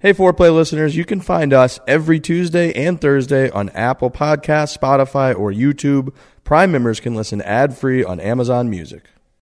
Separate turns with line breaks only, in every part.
Hey, Foreplay listeners, you can find us every Tuesday and Thursday on Apple Podcasts, Spotify, or YouTube. Prime members can listen ad free on Amazon Music.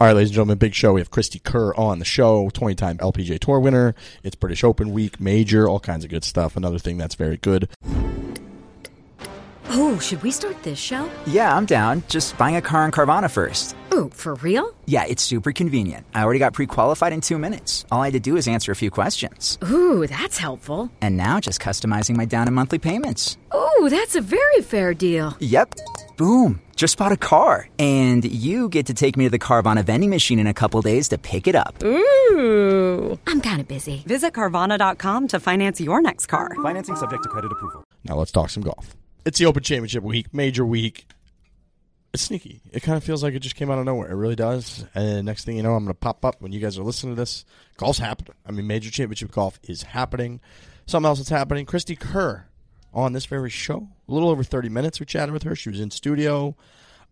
All right, ladies and gentlemen, big show. We have Christy Kerr on the show, 20 time LPGA Tour winner. It's British Open week, major, all kinds of good stuff. Another thing that's very good.
Oh, should we start this show?
Yeah, I'm down. Just buying a car on Carvana first.
Oh, for real?
Yeah, it's super convenient. I already got pre qualified in two minutes. All I had to do is answer a few questions.
Ooh, that's helpful.
And now just customizing my down and monthly payments.
Ooh, that's a very fair deal.
Yep. Boom. Just bought a car. And you get to take me to the Carvana vending machine in a couple days to pick it up.
Ooh. I'm kind of busy.
Visit Carvana.com to finance your next car.
Financing subject to credit approval.
Now let's talk some golf. It's the Open Championship week, major week. It's sneaky. It kind of feels like it just came out of nowhere. It really does. And next thing you know, I'm going to pop up when you guys are listening to this. Golf's happening. I mean, major championship golf is happening. Something else that's happening. Christy Kerr on this very show. A little over 30 minutes we chatted with her. She was in studio.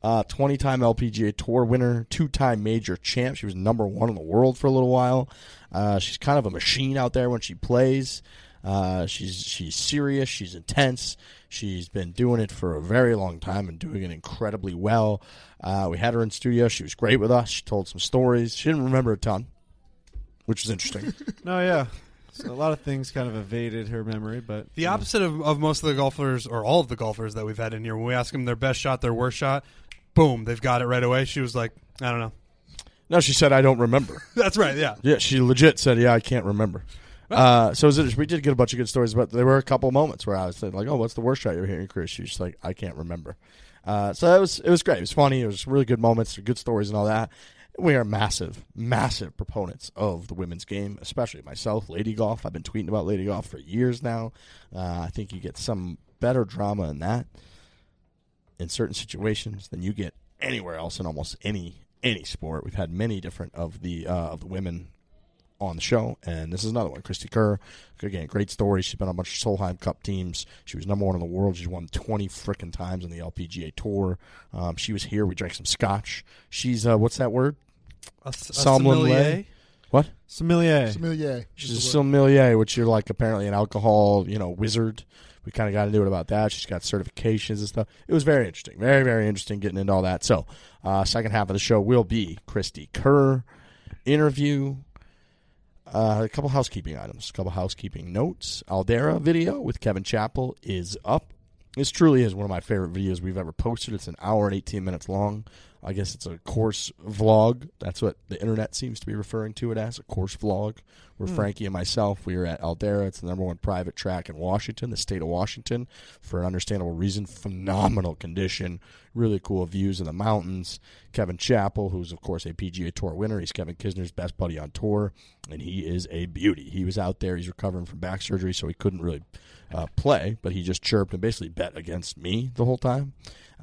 Uh, 20 time LPGA Tour winner, two time major champ. She was number one in the world for a little while. Uh, she's kind of a machine out there when she plays. Uh, she's she's serious. She's intense. She's been doing it for a very long time and doing it incredibly well. Uh, we had her in studio. She was great with us. She told some stories. She didn't remember a ton, which was interesting.
No, yeah. So a lot of things kind of evaded her memory, but
The opposite of, of most of the golfers, or all of the golfers that we've had in here, when we ask them their best shot, their worst shot, boom, they've got it right away. She was like, I don't know.
no, she said I don't remember.
That's right, yeah.
Yeah, she legit said, "Yeah, I can't remember." Uh, so it was interesting. we did get a bunch of good stories, but there were a couple moments where I was thinking, like, "Oh, what's the worst shot you're hearing, Chris?" She's just like, "I can't remember." Uh, so it was it was great. It was funny. It was really good moments, good stories, and all that. We are massive, massive proponents of the women's game, especially myself, Lady Golf. I've been tweeting about Lady Golf for years now. Uh, I think you get some better drama in that in certain situations than you get anywhere else in almost any any sport. We've had many different of the uh, of the women on the show, and this is another one. Christy Kerr, again, great story. She's been on a bunch of Solheim Cup teams. She was number one in the world. She's won twenty frickin' times on the LPGA Tour. Um, she was here. We drank some scotch. She's uh, what's that word?
A, s- a
Sommelier?
sommelier. Mm-hmm.
What?
sommelier.
Sommelier.
She's a
is the word.
sommelier, which you're like apparently an alcohol, you know, wizard. We kind of got into it about that. She's got certifications and stuff. It was very interesting, very very interesting getting into all that. So, uh, second half of the show will be Christy Kerr interview, uh, a couple housekeeping items, a couple housekeeping notes. Aldera video with Kevin Chappell is up. This truly is one of my favorite videos we've ever posted. It's an hour and 18 minutes long. I guess it's a course vlog. That's what the internet seems to be referring to it as a course vlog. Where Frankie and myself, we were at Aldera. It's the number one private track in Washington, the state of Washington, for an understandable reason. Phenomenal condition, really cool views of the mountains. Kevin Chappell, who's of course a PGA Tour winner, he's Kevin Kisner's best buddy on tour, and he is a beauty. He was out there. He's recovering from back surgery, so he couldn't really uh, play, but he just chirped and basically bet against me the whole time.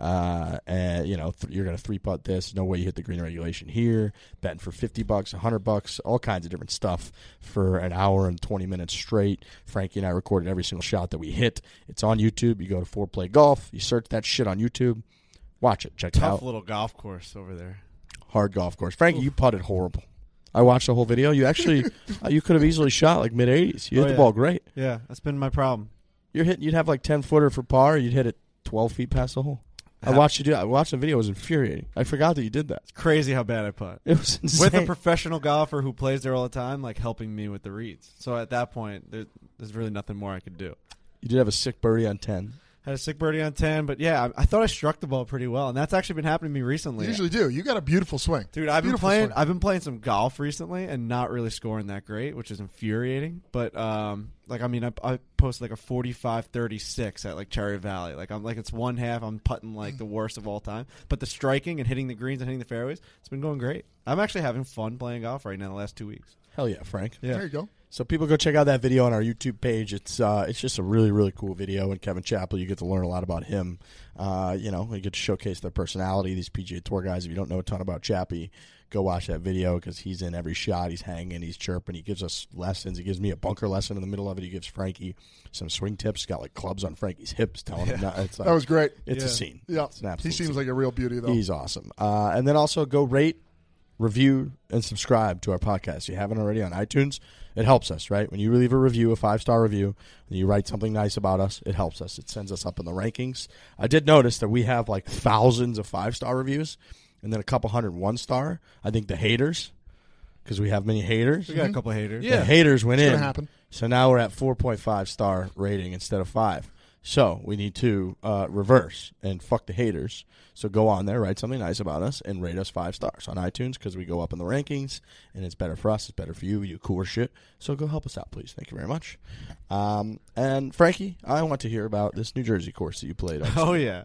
Uh, and you know, th- you're gonna three putt this. No way you hit the green regulation here. Betting for fifty bucks, hundred bucks, all kinds of different stuff for an hour and twenty minutes straight. Frankie and I recorded every single shot that we hit. It's on YouTube. You go to Four Play Golf. You search that shit on YouTube. Watch it. Check it
Tough
out.
little golf course over there.
Hard golf course. Frankie, you putted horrible. I watched the whole video. You actually, uh, you could have easily shot like mid eighties. You
Oh,
hit the
yeah.
ball great.
Yeah, that's been my problem.
You're hitting. You'd have like ten footer for par. You'd hit it twelve feet past the hole. I
How-
watched you do. that. I watched the video. It was infuriating. I forgot that you did that.
It's crazy how bad I putt.
It was insane.
With a professional golfer who plays there all the time, like helping me with the reads. So at that point, there's, there's really nothing more I could do.
you did have a sick birdie on ten.
Had a sick birdie on 10, but yeah, I, I thought I struck the ball pretty well, and that's actually been happening to me recently.
You usually do. You got a beautiful swing,
Dude, I've been
Beautiful
playing.
swing.
I've been playing some golf recently and not really scoring that great, which is infuriating. But um, like I mean, I, I posted like a 45-36 at like Cherry Valley. Like I'm like it's one half. I'm putting like the worst of all time. But the striking and hitting the greens and hitting the fairways, it's been going great. I'm actually having fun playing golf right now. The last two weeks.
Hell yeah, Frank.
Yeah.
There you go.
So people go check out that video on our YouTube page. It's uh, it's just a really really cool video. And Kevin Chappell, you get to learn a lot about him. Uh, you know, you get to showcase their personality. These PGA Tour guys. If you don't know a ton about Chappie, go watch that video because he's in every shot. He's hanging. He's chirping. He gives us lessons. He gives me a bunker lesson in the middle of it. He gives Frankie some swing tips. He's got like clubs on Frankie's hips, telling him not, it's like,
That was great.
It's a scene.
Yeah,
It's an absolute
he seems
scene.
like a real beauty though.
He's awesome. Uh, and then also go rate, review, and subscribe to our podcast. If you haven't already on iTunes, it helps us, right? When you leave a review, a five star review, and you write something nice about us, it helps us. It sends us up in the rankings. I did notice that we have like thousands of five star reviews and then a couple hundred one star. I think the haters, because we have many haters.
We got a couple of haters.
The haters went in.
gonna happen.
So now we're at 4.5 star rating instead of five. So we need to uh, reverse and fuck the haters. So go on there, write something nice about us, and rate us five stars on iTunes because we go up in the rankings, and it's better for us. It's better for you. We do cooler shit. So go help us out, please. Thank you very much. Um, and Frankie, I want to hear about this New Jersey course that you played on.
Oh yeah.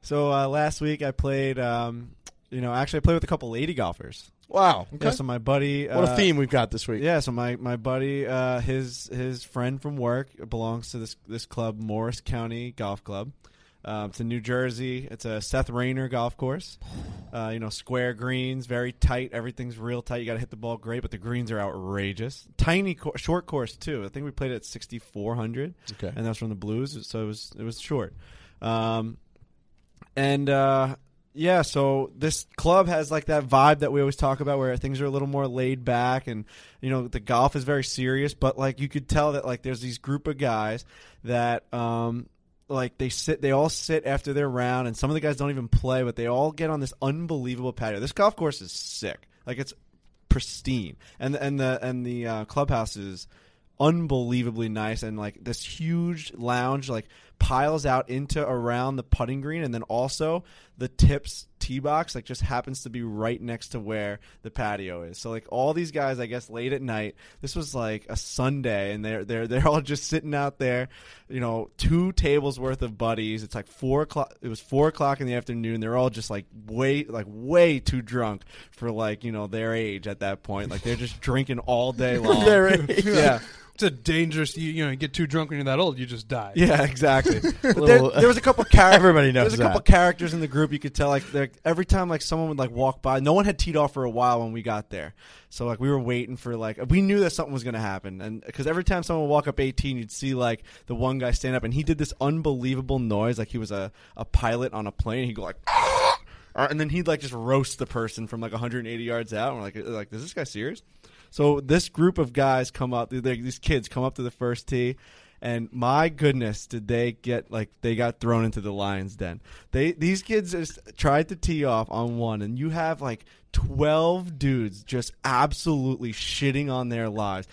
So uh, last week I played. Um, you know, actually I played with a couple lady golfers.
wow,
Yeah, so my buddy.
what a
uh,
theme we've got this week.
Yeah, so my my buddy, uh, his his friend from work belongs to this this club, Morris County Golf Club. Um, it's in New Jersey. It's a Seth Rayner golf course. Uh, you know, square greens, very tight. Everything's real tight. You got to hit the ball great, but the greens are outrageous. Tiny, cour short course too. I think we played at sixty four hundred.
Okay.
and that's from the Blues, so it was it was short. Um, and uh, yeah, so this club has like that vibe that we always talk about, where things are a little more laid back, and you know the golf is very serious. But like you could tell that like there's these group of guys that um, like they sit, they all sit after their round, and some of the guys don't even play, but they all get on this unbelievable patio. This golf course is sick. Like it's pristine, and and the and the uh, clubhouse is unbelievably nice, and like this huge lounge like piles out into around the putting green, and then also the tips tee box like just happens to be right next to where the patio is. So like all these guys, I guess late at night, this was like a Sunday, and they're they're they're all just sitting out there, you know, two tables worth of buddies. It's like four o'clock. It was four o'clock in the afternoon. They're all just like way like way too drunk for like you know their age at that point. Like they're just drinking all day long. yeah.
It's a dangerous. You, you know, you get too drunk when you're that old, you just die.
Yeah, exactly. But
Little-
there, there was a couple characters.
Everybody knows
There's a couple
that.
characters in the group you could tell. Like they're- every time, like someone would like walk by. No one had teed off for a while when we got there, so like we were waiting for like we knew that something was going to happen, and because every time someone would walk up 18, you'd see like the one guy stand up, and he did this unbelievable noise, like he was a a pilot on a plane. He'd go like. And then he'd like just roast the person from like 180 yards out. And we're like, like, is this guy serious? So this group of guys come up, they- they- these kids come up to the first tee, and my goodness, did they get like they got thrown into the lions den? They these kids just tried to tee off on one, and you have like twelve dudes just absolutely shitting on their lives.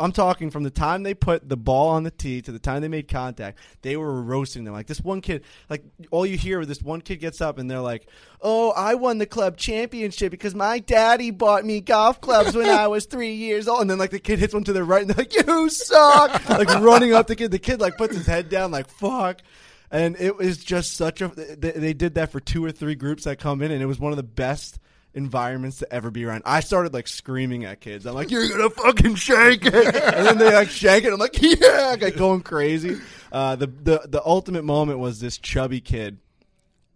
I'm talking from the time they put the ball on the tee to the time they made contact, they were roasting them. Like this one kid, like all you hear, this one kid gets up and they're like, "Oh, I won the club championship because my daddy bought me golf clubs when I was three years old." And then like the kid hits one to their right and they're like, "You suck!" like running up the kid. The kid like puts his head down, like "Fuck." And it was just such a. They, they did that for two or three groups that come in, and it was one of the best environments to ever be around. I started like screaming at kids. I'm like, "You're gonna fucking shank it!" and then they like shank it. I'm like, "Yeah!" Like going crazy. Uh, the the the ultimate moment was this chubby kid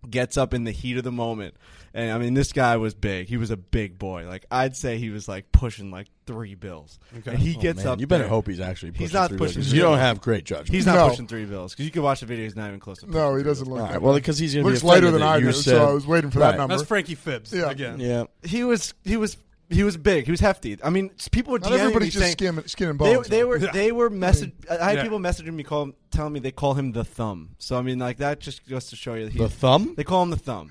gets up in the heat of the moment. And I mean, this guy was big. He was a big boy. Like I'd say he was like pushing like three bills. And he gets
Oh, Man,
up.
you better
there.
hope he's actually pushing
He's not
through
pushing.
those.
three
You don't
bills.
have great judgment.
He's not
No.
pushing three bills because you can watch the video. He's not even close to.
no, he doesn't look.
All right,
good.
well, because he's going to be
looks lighter
offended
than
that
I
you
do,
said-
so I was waiting for
Right.
that number.
That's Frankie Fibs
Yeah.
again.
Yeah.
he was he was he was big. He was hefty. I mean, s- people were
Not
DMing me
everybody's just
saying-
skin, skin and
They,
bones.
they were they were message. I had
Yeah.
people messaging me call telling me they call him the thumb. So I mean, like that just goes to show you that he,
The thumb?
They call him the thumb.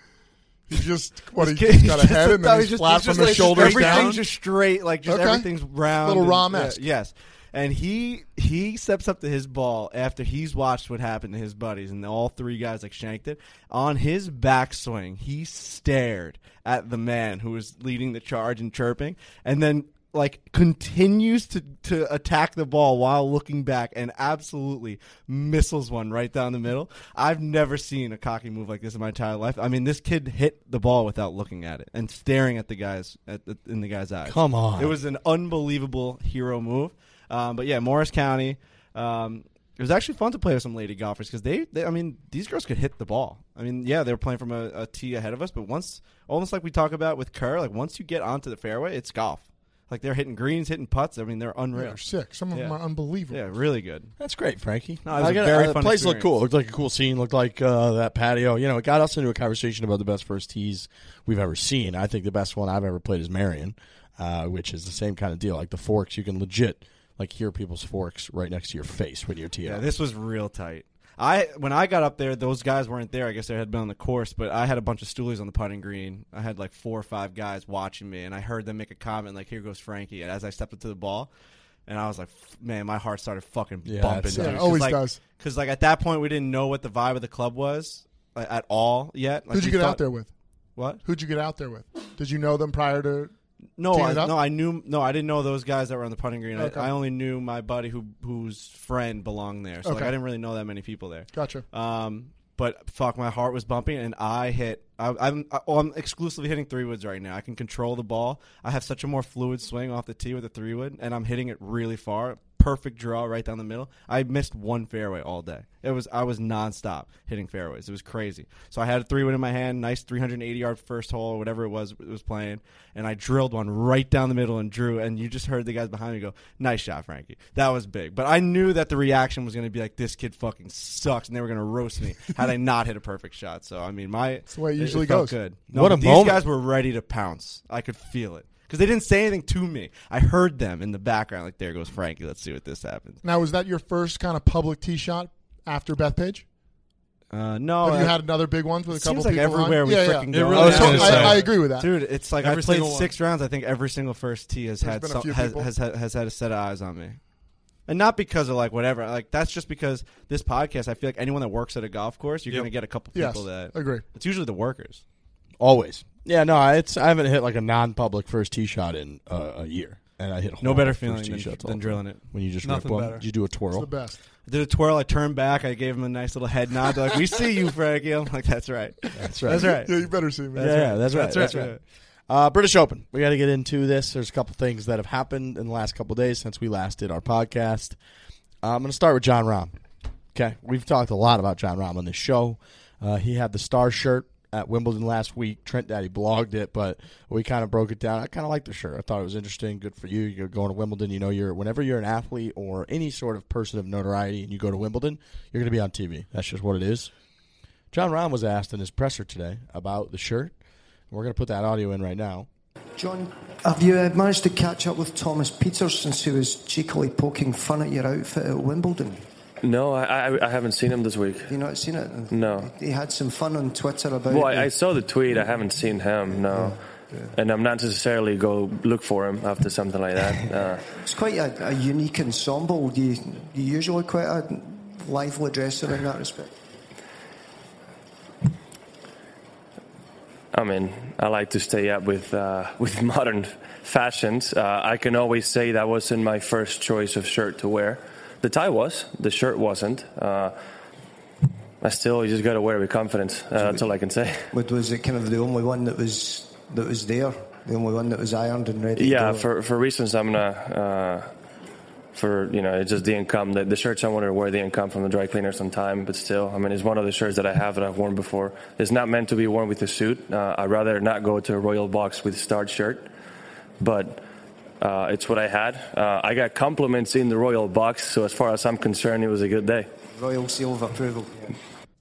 He's just what he
This kid-
just got a
just
head and then
thumb.
he's, flat
just
from
like-
his shoulders
everything's
down.
just straight, like just
Okay.
everything's round.
Little
and-
Rahm-esque.
yeah, yes. And he he steps up to his ball after he's watched what happened to his buddies, and all three guys like shanked it. On his backswing, he stared at the man who was leading the charge and chirping, and then like continues to to attack the ball while looking back and absolutely missiles one right down the middle. I've never seen a cocky move like this in my entire life. I mean, this kid hit the ball without looking at it and staring at the guys at the, in the guy's eyes.
Come on.
It was an unbelievable hero move. Um, but yeah, Morris County. Um, it was actually fun to play with some lady golfers because they, they, I mean, these girls could hit the ball. I mean, yeah, they were playing from a, a tee ahead of us, but once, almost like we talk about with Kerr, like once you get onto the fairway, it's golf. Like they're hitting greens, hitting putts. I mean, they're unreal.
They're sick. Some of
Yeah.
them are unbelievable.
Yeah, really good.
That's great, Frankie.
No, it was
I
a
gotta-
very
uh, the
fun
place looked
experience.
cool. It looked like a cool scene. Looked like uh, that patio. You know, it got us into a conversation about the best first tees we've ever seen. I think the best one I've ever played is Marion, uh, which is the same kind of deal. Like the forks, you can legit like hear people's forks right next to your face when you're teeing.
Yeah,
up.
this was real tight. I when I got up there, those guys weren't there. I guess they had been on the course, but I had a bunch of stoolies on the putting green. I had like four or five guys watching me, and I heard them make a comment like, "Here goes Frankie." And as I stepped up to the ball, and I was like, f- "Man, my heart started fucking
Yeah,
bumping."
it
Yeah,
sucks.
it
It's
always does.
Because like at that point, we didn't know what the vibe of the club was like, at all yet. Like,
Who'd you
we
get
thought-
out there with?
What?
Who'd you get out there with? Did you know them prior to?
No,
Teeing
I,
it up?
no, I knew no, I didn't know those guys that were on the putting green.
Okay.
I, I only knew my buddy who whose friend belonged there, so like
Okay.
I didn't really know that many people there.
Gotcha.
Um, but fuck, my heart was bumping, and I hit. I, I'm I, oh, I'm exclusively hitting three woods right now. I can control the ball. I have such a more fluid swing off the tee with a three wood, and I'm hitting it really far. Perfect draw right down the middle. I missed one fairway all day. It was I was nonstop hitting fairways. It was crazy. So I had a three wood in my hand, nice 380 yard first hole, or whatever it was it was playing, and I drilled one right down the middle and drew. And you just heard the guys behind me go, "Nice shot, Frankie." That was big. But I knew that the reaction was going to be like, "This kid fucking sucks," and they were going to roast me had I not hit a perfect shot. So I mean, my
the way it usually
felt
goes.
Good.
What
but
a
these
moment.
guys were ready to pounce. I could feel it because they didn't say anything to me. I heard them in the background, like, "There goes Frankie. Let's see what this happens."
Now, was that your first kind of public tee shot after Bethpage?
Uh, no,
Have you
I-
had another big ones with
It
a couple
seems like
people on?
everywhere we
yeah, yeah.
freaking
It
go.
really I was is. gonna
I,
say.
I agree with that.
Dude, it's like
Every
I played
single one.
six rounds. I think every single first tee has
There's
had
been a
some,
few
has,
people.
has had- has had a set of eyes on me, and not because of like whatever. Like that's just because this podcast. I feel like anyone that works at a golf course, you're
Yep.
gonna get a couple
Yes,
people that
agree.
It's usually the workers.
Always. Yeah, no, I- it's I haven't hit like a non-public first tee shot in uh, a year, and I hit a
No
whole
better
lot of first
feeling
tee
than,
shots all
than
the time.
drilling it.
when you just
Nothing
rip one.
better.
You do a twirl.
It's the best.
I did a twirl. I turned back. I gave him a nice little head nod. They're like, "We see you, Frankie." I'm like, "That's right.
That's right.
That's right."
Yeah, you better see me.
yeah, yeah, that's right.
That's
That's
right.
right. Uh, British Open. We got to get into this. There's a couple things that have happened in the last couple days since we last did our podcast. Uh, I'm going to start with John Rahm. Okay, we've talked a lot about John Rahm on this show. Uh, he had the star shirt at Wimbledon last week. Trent Daddy blogged it, but we kind of broke it down. I kind of like the shirt. I thought it was interesting. Good for you. You're going to Wimbledon. You know, you're whenever you're an athlete or any sort of person of notoriety, and you go to Wimbledon, you're going to be on TV. That's just what it is. John Rahm was asked in his presser today about the shirt. We're going to put that audio in right now.
John, have you uh, managed to catch up with Thomas Peters since he was cheekily poking fun at your outfit at Wimbledon?
No, I, I, I haven't seen him this week.
Have you not seen it?
No.
He had some fun on Twitter about
Well,
it.
I, I saw the tweet. I haven't seen him. No, and I'm not necessarily go look for him after something like that. Uh,
It's quite a, a unique ensemble. You, you usually quite a lively dresser in that respect.
I mean, I like to stay up with uh, with modern fashions. Uh, I can always say that wasn't my first choice of shirt to wear. The tie was. The shirt wasn't. Uh, I still you just got to wear it with confidence. Uh, that's all I can say.
But was it kind of the only one that was that was there? The only one that was ironed and ready? to
Yeah,
go?
for for reasons I'm gonna. Uh, for you know, it just didn't come. The, the shirts I wanted to wear didn't come from the dry cleaners on time. But still, I mean, it's one of the shirts that I have that I've worn before. It's not meant to be worn with a suit. Uh, I'd rather not go to a royal box with a starred shirt. But uh, it's what I had. Uh, I got compliments in the royal box, so as far as I'm concerned, it was a good day.
Royal seal of approval. Yeah.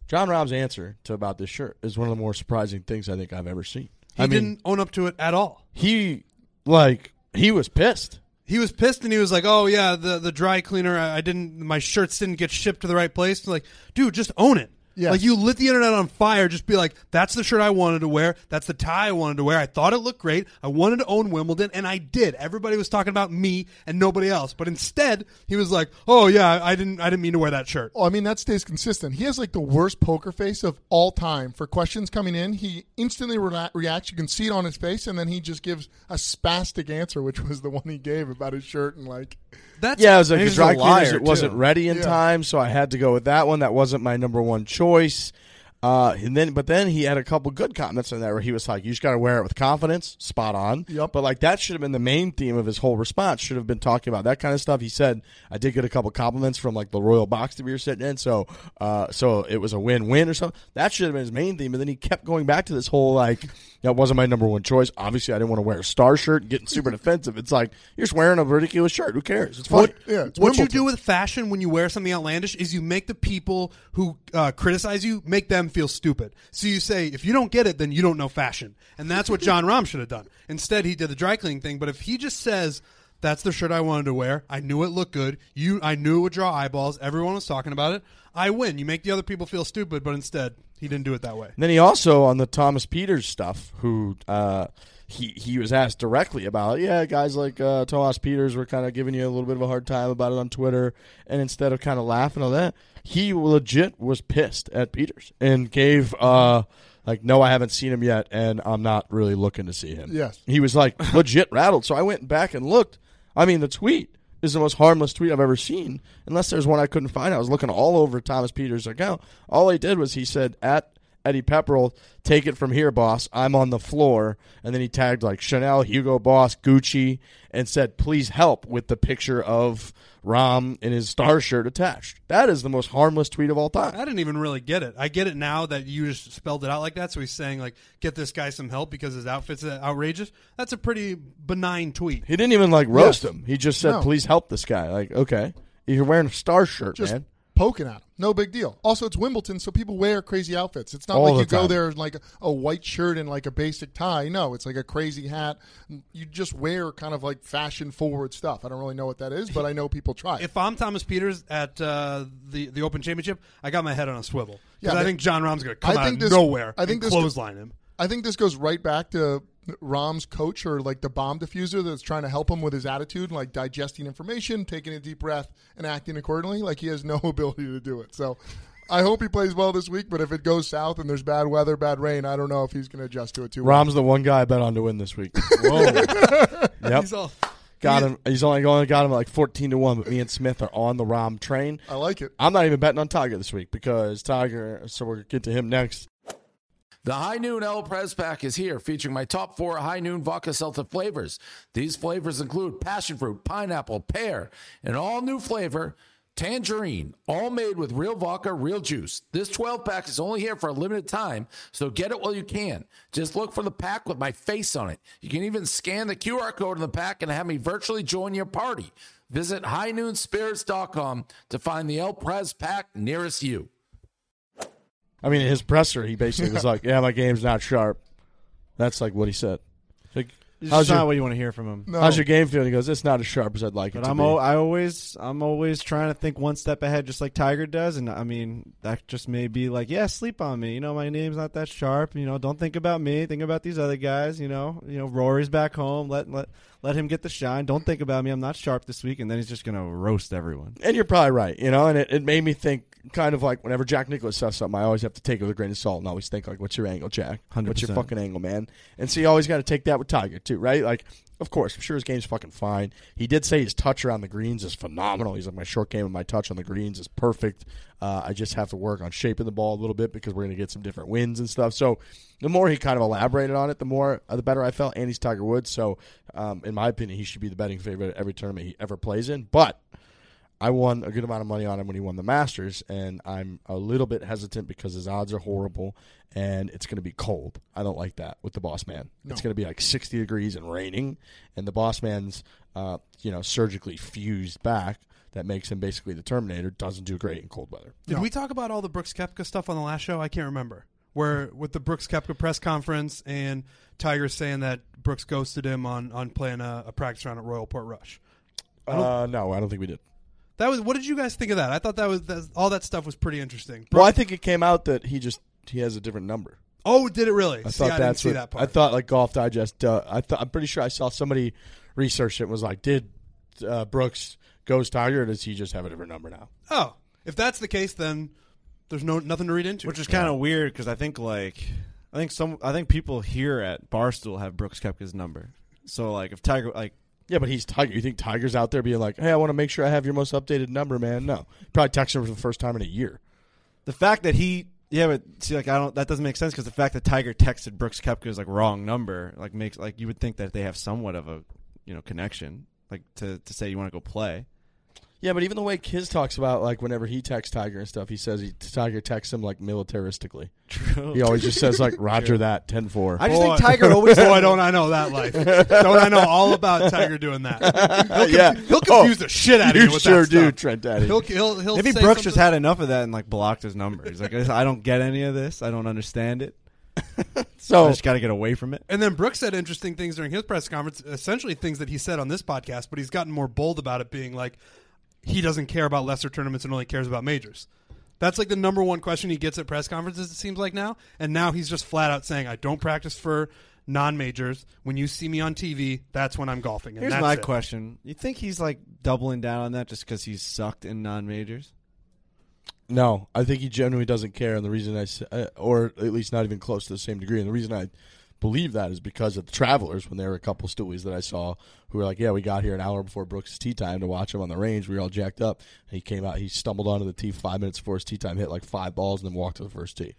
John Rahm's answer to about this shirt is one of the more surprising things I think I've ever seen. I
He
mean,
didn't own up to it at all.
he like he was pissed.
He was pissed and he was like, "Oh yeah, the the dry cleaner. I, I didn't. My shirts didn't get shipped to the right place." And like, dude, just own it.
Yes.
Like you lit the internet on fire. Just be like, "That's the shirt I wanted to wear. That's the tie I wanted to wear. I thought it looked great. I wanted to own Wimbledon, and I did." Everybody was talking about me and nobody else. But instead, he was like, "Oh yeah, I- I didn't. I didn't mean to wear that shirt."
Oh, I mean, that stays consistent. He has like the worst poker face of all time. For questions coming in, he instantly rela reacts. You can see it on his face, and then he just gives a spastic answer, which was the one he gave about his shirt and like.
That's
Yeah, it was like
he
the
was
dry
a liar,
cleaners. It wasn't
too.
ready in
Yeah.
time, so I had to go with that one. That wasn't my number one choice. Uh, and then, but then he had a couple good comments in there where he was like, "You just got to wear it with confidence." Spot on.
Yep.
But like that should have been the main theme of his whole response. Should have been talking about that kind of stuff. He said, "I did get a couple compliments from like the royal box that we were sitting in, so uh, so it was a win-win or something." That should have been his main theme. But then he kept going back to this whole like, "That wasn't my number one choice." Obviously, I didn't want to wear a star shirt, getting super defensive. It's like you're just wearing a ridiculous shirt. Who cares? It's fine.
What- yeah, it's
what you
Wimbledon.
do with fashion when you wear something outlandish is you make the people who uh, criticize you make them feel stupid. So you say, if you don't get it, then you don't know fashion, and that's what John Rahm should have done. Instead, he did the dry cleaning thing. But if he just says. That's the shirt I wanted to wear. I knew it looked good. You, I knew it would draw eyeballs. Everyone was talking about it. I win. You make the other people feel stupid, but instead, he didn't do it that way.
And then he also on the Thomas Peters stuff, who uh, he he was asked directly about, yeah, guys like uh, Thomas Peters were kind of giving you a little bit of a hard time about it on Twitter, and instead of kind of laughing all that, he legit was pissed at Peters and gave uh, like, no, I haven't seen him yet, and I'm not really looking to see him.
Yes.
he was like legit rattled. So I went back and looked. I mean, the tweet is the most harmless tweet I've ever seen, unless there's one I couldn't find. I was looking all over Thomas Peters' account. All he did was he said at Eddie Pepperell, take it from here, boss. I'm on the floor. And then he tagged like Chanel, Hugo Boss, Gucci, and said, please help with the picture of Rom in his star shirt attached. That is the most harmless tweet of all time.
I didn't even really get it. I get it now that you just spelled it out like that. So he's saying like, get this guy some help because his outfit's outrageous. That's a pretty benign tweet.
He didn't even like roast
Yes.
him. He just said,
No.
please help this guy. Like, okay. You're wearing a star shirt,
just
man.
poking at him. No big deal. Also, it's Wimbledon, so people wear crazy outfits. It's not
All
like
the
you go
time.
there in like a white shirt and like a basic tie. No, it's like a crazy hat. You just wear kind of like fashion forward stuff. I don't really know what that is, but I know people try. it.
If I'm Thomas Peters at uh, the the Open Championship, I got my head on a swivel.
Yeah,
Yeah, I
but-
think John Rahm's going to come
I
out
think
of
this-
nowhere.
I think
and
this-
clothesline him.
I think this goes right back to Rom's coach or like the bomb diffuser that's trying to help him with his attitude, like digesting information, taking a deep breath, and acting accordingly. Like he has no ability to do it. So. I hope he plays well this week, but if it goes south and there's bad weather, bad rain, I don't know if he's going to adjust to it too. well.
Rom's the one guy I bet on to win this week. Whoa. yep.
He's
Oh,
all-
Got him. He's only only got him at, like fourteen to one. But me and Smith are on the Rom train.
Uh,
I like it.
I'm not even betting on Tiger this week because Tiger. So we'll get to him next.
The High Noon El Pres Pack is here, featuring my top four High Noon Vodka Seltzer flavors. These flavors include passion fruit, pineapple, pear, and all new flavor, tangerine, all made with real vodka, real juice. This 12 pack is only here for a limited time, so get it while you can. Just look for the pack with my face on it. You can even scan the QR code in the pack and have me virtually join your party. Visit highnoonspirits.com to find the El Pres Pack nearest you.
I mean, his presser. He basically was like, "Yeah, my game's not sharp." That's like what he said. Like,
It's
how's
just not
your
what you want to hear from him.
No.
how's your game feeling? He goes, "It's not as sharp as I'd like it
But
to
I'm
be."
al- I always I'm always trying to think one step ahead, just like Tiger does. And I mean, that just may be like, yeah, sleep on me. You know, my name's not that sharp. You know, don't think about me. Think about these other guys. You know, you know, Rory's back home. Let let let him get the shine. Don't think about me. I'm not sharp this week. And then he's just gonna roast everyone.
and you're probably right, you know. And it, it made me think, kind of like whenever Jack Nicholas says something, I always have to take it with a grain of salt and always think like, "What's your angle, Jack? What's your
100%.
fucking angle, man?" And so you always got to take that with Tiger too, right? Like, of course, I'm sure his game's fucking fine. He did say his touch around the greens is phenomenal. He's like, "My short game and my touch on the greens is perfect. Uh, I just have to work on shaping the ball a little bit because we're gonna get some different wins and stuff." So the more he kind of elaborated on it, the more uh, the better I felt. And he's Tiger Woods, so um, in my opinion, he should be the betting favorite at every tournament he ever plays in, but. I won a good amount of money on him when he won the Masters, and I'm a little bit hesitant because his odds are horrible, and it's going to be cold. I don't like that with the boss man. It's going to be like 60 degrees and raining, and the boss man's, uh, you know, surgically fused back that makes him basically the Terminator. Doesn't do great in cold weather.
Did we talk about all the Brooks Kepka stuff on the last show? I can't remember. Where with the Brooks Kepka press conference and Tiger saying that Brooks ghosted him on on playing a, a practice round at Royal Port Rush.
Uh, no, I don't think we did.
That was what did you guys think of that? I thought that was that, all that stuff was pretty interesting.
Well, I think it came out that he just he has a different number.
Oh, did it really?
I
see,
thought
I didn't
that's
see
what-
that part.
I thought like Golf Digest. Uh, I thought I'm pretty sure I saw somebody research it and was like, did uh, Brooks goes Tiger or does he just have a different number now?
Oh, if that's the case, then there's no nothing to read into.
Which is kind of weird because I think like I think some I think people here at Barstool have Brooks Koepka's number. So like if Tiger like
Yeah, but he's Tiger. You think Tiger's out there being like, hey, I want to make sure I have your most updated number, man? No, probably texted him for the first time in a year.
the fact that he Yeah, but see, like I don't. That doesn't make sense because the fact that Tiger texted Brooks Koepka's like wrong number, like makes like you would think that they have somewhat of a you know connection, like to to say you want to go play.
Yeah, but even the way Kiz talks about like whenever he texts Tiger and stuff, he says he Tiger texts him like militaristically.
True.
He always just says like Roger that 10-4.
I just think Tiger always-
Boy, don't I know that life? don't I know all about Tiger doing that? He'll, conf-
Yeah. Oh,
he'll confuse the shit out of you.
You
with
sure
that
do,
stuff.
Trent Daddy.
He'll he'll, he'll
Maybe
say
Brooks just
something-
had enough of that and like blocked his number. He's like, I don't get any of this. I don't understand it. I
so
just got to get away from it.
And then Brooks said interesting things during his press conference, essentially things that he said on this podcast, but he's gotten more bold about it, being like, he doesn't care about lesser tournaments and only cares about majors. That's like the number one question he gets at press conferences, it seems like now. And now he's just flat out saying, I don't practice for non majors. When you see me on TV, that's when I'm golfing. And
Here's
that's
my
it.
question: You think he's like doubling down on that just because he's sucked in non-majors?
No, I think he genuinely doesn't care, and the reason I, s- uh, or at least not even close to the same degree, and the reason I believe that is because of the travelers. When there were a couple stewies that I saw who were like, "Yeah, we got here an hour before Brooks' tea time to watch him on the range. We were all jacked up." And he came out, he stumbled onto the tee five minutes before his tea time, hit like five balls, and then walked to the first tee.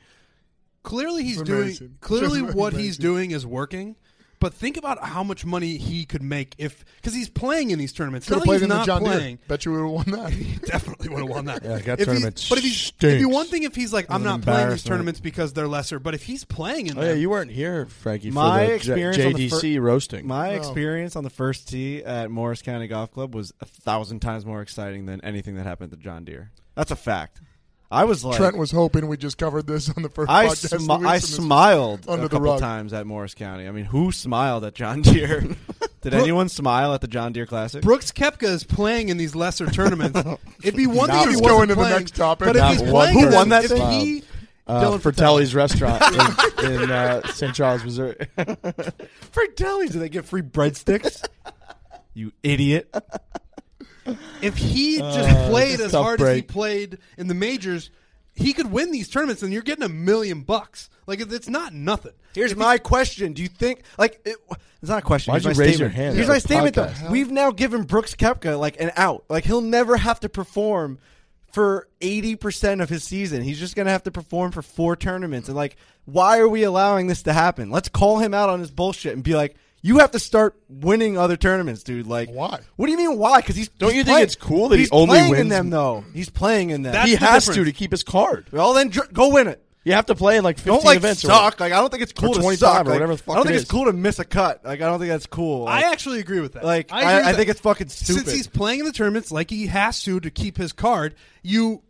Clearly, he's
Amazing.
doing. Clearly,
Just
what he's
amazing.
doing is working. But think about how much money he could make if, because he's playing in these tournaments.
Could
Not
have
like
played
he's
in the
not
John
playing.
Deere. Bet you would have won that.
definitely would have won that.
Yeah, that
If he-
tournament
but if he's,
stinks.
if you one thing, if he's like, I'm
an
not playing these
embarrassment.
tournaments because they're lesser, but if he's playing in
Oh
them,
yeah, you weren't here, Frankie.
my
for the J-
experience on the
JDC
fir-
roasting.
My
No.
experience on the first tee at Morris County Golf Club was a thousand times more exciting than anything that happened at the John Deere. That's a fact. I was like,
Trent was hoping we just covered this on the first
I,
podcast.
smi-
Luis, and
I
it's
smiled
under
a
the
couple
rug.
times at Morris County. I mean, who smiled at John Deere? Did anyone smile at the John Deere Classic?
Brooks Kepka is playing in these lesser tournaments. It'd be one thing
Not
if he
one.
wasn't
Going to the
playing,
next topic.
But if
Not
he's
one
playing,
person
in them,
Who won that
if
thing?
he,
uh,
Dylan
Fratelli's restaurant in, in uh, St. Charles, Missouri.
Fratelli's, do they get free breadsticks? you idiot.
if he just played
just
as
Uh, tough
hard as he
break.
played in the majors, he could win these tournaments, and you're getting a million bucks. Like it- it's not nothing.
Here's my question. Do you think like it, it's not a question?
Why'd
Here's
you
my
raise
statement.
your hand?
Here's
Yeah,
my
the
statement
podcast.
though. We've now given Brooks Kepka like an out. Like he'll never have to perform for eighty percent of his season. He's just gonna have to perform for four tournaments. And like, why are we allowing this to happen? Let's call him out on his bullshit and be like, you have to start winning other tournaments, dude. Like
Why?
What do you mean why? Because he's
Don't
he's
you think
play-
it's cool that he
he's
only
playing in
wins-
them though? He's playing in them.
he
the
has to
difference.
to keep his card.
well, then dr- go win it.
You have to play in like 15
Don't like
events. or
suck. Like I don't think it's cool
Or
to
25
suck.
or
Like,
whatever the fuck
I don't
it
think
is.
it's cool to miss a cut. Like I don't think that's cool. Like,
I actually agree with that.
Like,
agree
I-
with
I
that.
think it's fucking stupid.
Since he's playing in the tournaments like he has to to keep his card, you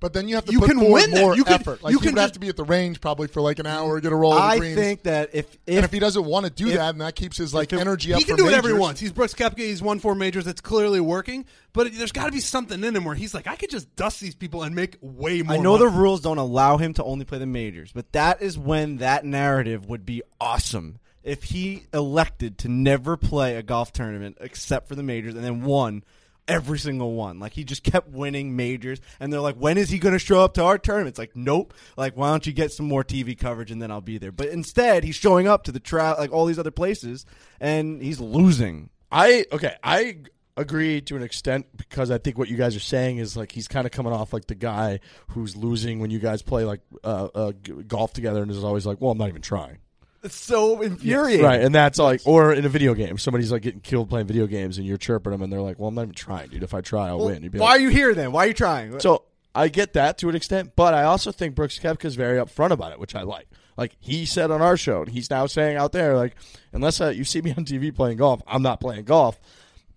But then you have to
You
put
can
forward
win that.
more
You can-
effort. Like
you
you,
can
would have
just-
to be at the range probably for like an hour, get a roll of
I
the greens.
think that if if,
and if he doesn't want to do
if-
that, and that keeps his like
it-
energy up.
he can
for
do whatever he
majors.
wants. He's Brooks Koepka. He's won four majors. It's clearly working. But there's got to be something in him where he's like, I could just dust these people and make way more.
I know the
money.
rules don't allow him to only play the majors, but that is when that narrative would be awesome. If he elected to never play a golf tournament except for the majors and then won every single one. Like he just kept winning majors and they're like, When is he gonna show up to our tournaments? Like, nope. Like, why don't you get some more TV coverage and then I'll be there? But instead he's showing up to the tra- like all these other places and he's losing.
I okay, I agree to an extent because I think what you guys are saying is like he's kind of coming off like the guy who's losing when you guys play like uh, uh, g- golf together and is always like, "Well, I'm not even trying."
It's so infuriating.
Right, and that's like, or in a video game, somebody's like getting killed playing video games, and you're chirping them, and they're like, "Well, I'm not even trying, dude. If I try, I'll
Well,
win." You'd be
why
like,
are you here then? Why are you trying?
So I get that to an extent, but I also think Brooks Koepka is very upfront about it, which I like. Like he said on our show, and he's now saying out there, like, unless uh, you see me on TV playing golf, I'm not playing golf.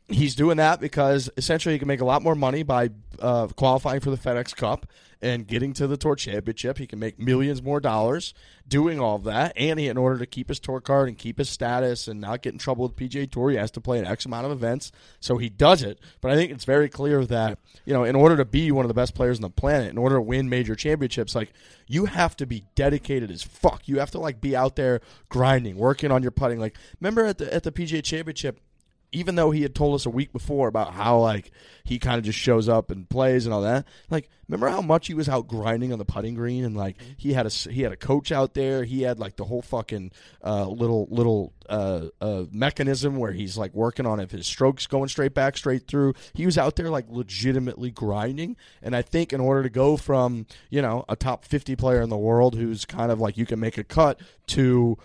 He's doing that because essentially he can make a lot more money by uh, qualifying for the FedEx Cup and getting to the tour championship. He can make millions more dollars doing all of that, and he, in order to keep his tour card and keep his status and not get in trouble with PJ Tour, he has to play an X amount of events. So he does it. But I think it's very clear that you know, in order to be one of the best players on the planet, in order to win major championships, like you have to be dedicated as fuck. You have to like be out there grinding, working on your putting. Like remember at the at the PGA Championship even though he had told us a week before about how like he kind of just shows up and plays and all that, like remember how much he was out grinding on the putting green and like he had a s- he had a coach out there, he had like the whole fucking uh, little little uh, uh, mechanism where he's like working on if his strokes going straight back, straight through. He was out there like legitimately grinding, and I think in order to go from you know a top fifty player in the world who's kind of like you can make a cut to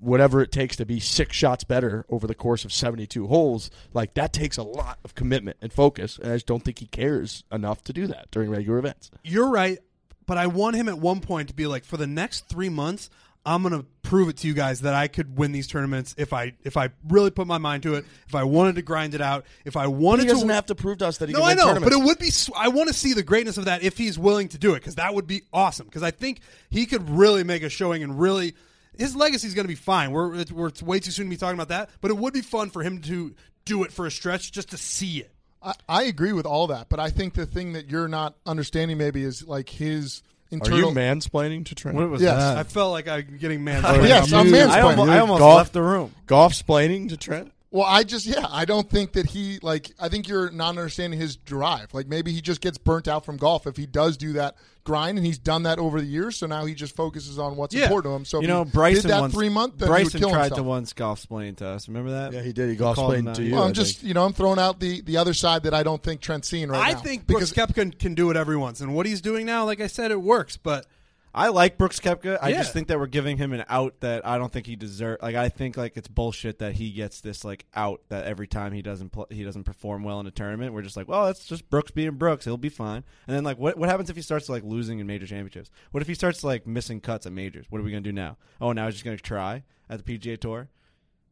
whatever it takes to be six shots better over the course of 72 holes like that takes a lot of commitment and focus and i just don't think he cares enough to do that during regular events
You're right, but I want him at one point to be like, for the next three months, I'm gonna prove it to you guys that I could win these tournaments if I if I really put my mind to it. If I wanted to grind it out, if I wanted
he doesn't
to
have to prove to us that he
no,
can win
I know,
tournaments.
but it would be. s- I want to see the greatness of that if he's willing to do it, because that would be awesome. Because I think he could really make a showing and really. His legacy is going to be fine. We're it's, we're it's way too soon to be talking about that, but it would be fun for him to do it for a stretch just to see it.
I, I agree with all that, but I think the thing that you're not understanding maybe is like his
are you
internal.
mansplaining to Trent?
What was Yes. that?
I felt like I'm getting man.
Yes, I'm mansplaining. I almo- I almost left the
room. Golf splaining to Trent.
well, I just yeah, I don't think that he like. I think you're not understanding his drive. Like maybe he just gets burnt out from golf if he does do that grind, and he's done that over the years. So now he just focuses on what's important to him. Um, So if
you know,
he
Bryson
did that
once,
three month. Then he
Bryson
would kill
tried
himself.
to once golf explain to us. Remember that?
Yeah, he did. He
We
golf
called
explained
him
to
that.
you.
Well, I'm just you know I'm throwing out the the other side that I don't think Trent's seen right
I
now.
think Brooks Koepka can, can do it every once, and what he's doing now, like I said, it works. But
I like Brooks Kepka. I
Yeah.
just think that we're giving him an out that I don't think he deserves. Like I think like it's bullshit that he gets this like out that every time he doesn't pl- he doesn't perform well in a tournament. We're just like, well, that's just Brooks being Brooks. He'll be fine. And then like, what what happens if he starts like losing in major championships? What if he starts like missing cuts at majors? What are we gonna do now? Oh, now he's just gonna try at the PGA Tour.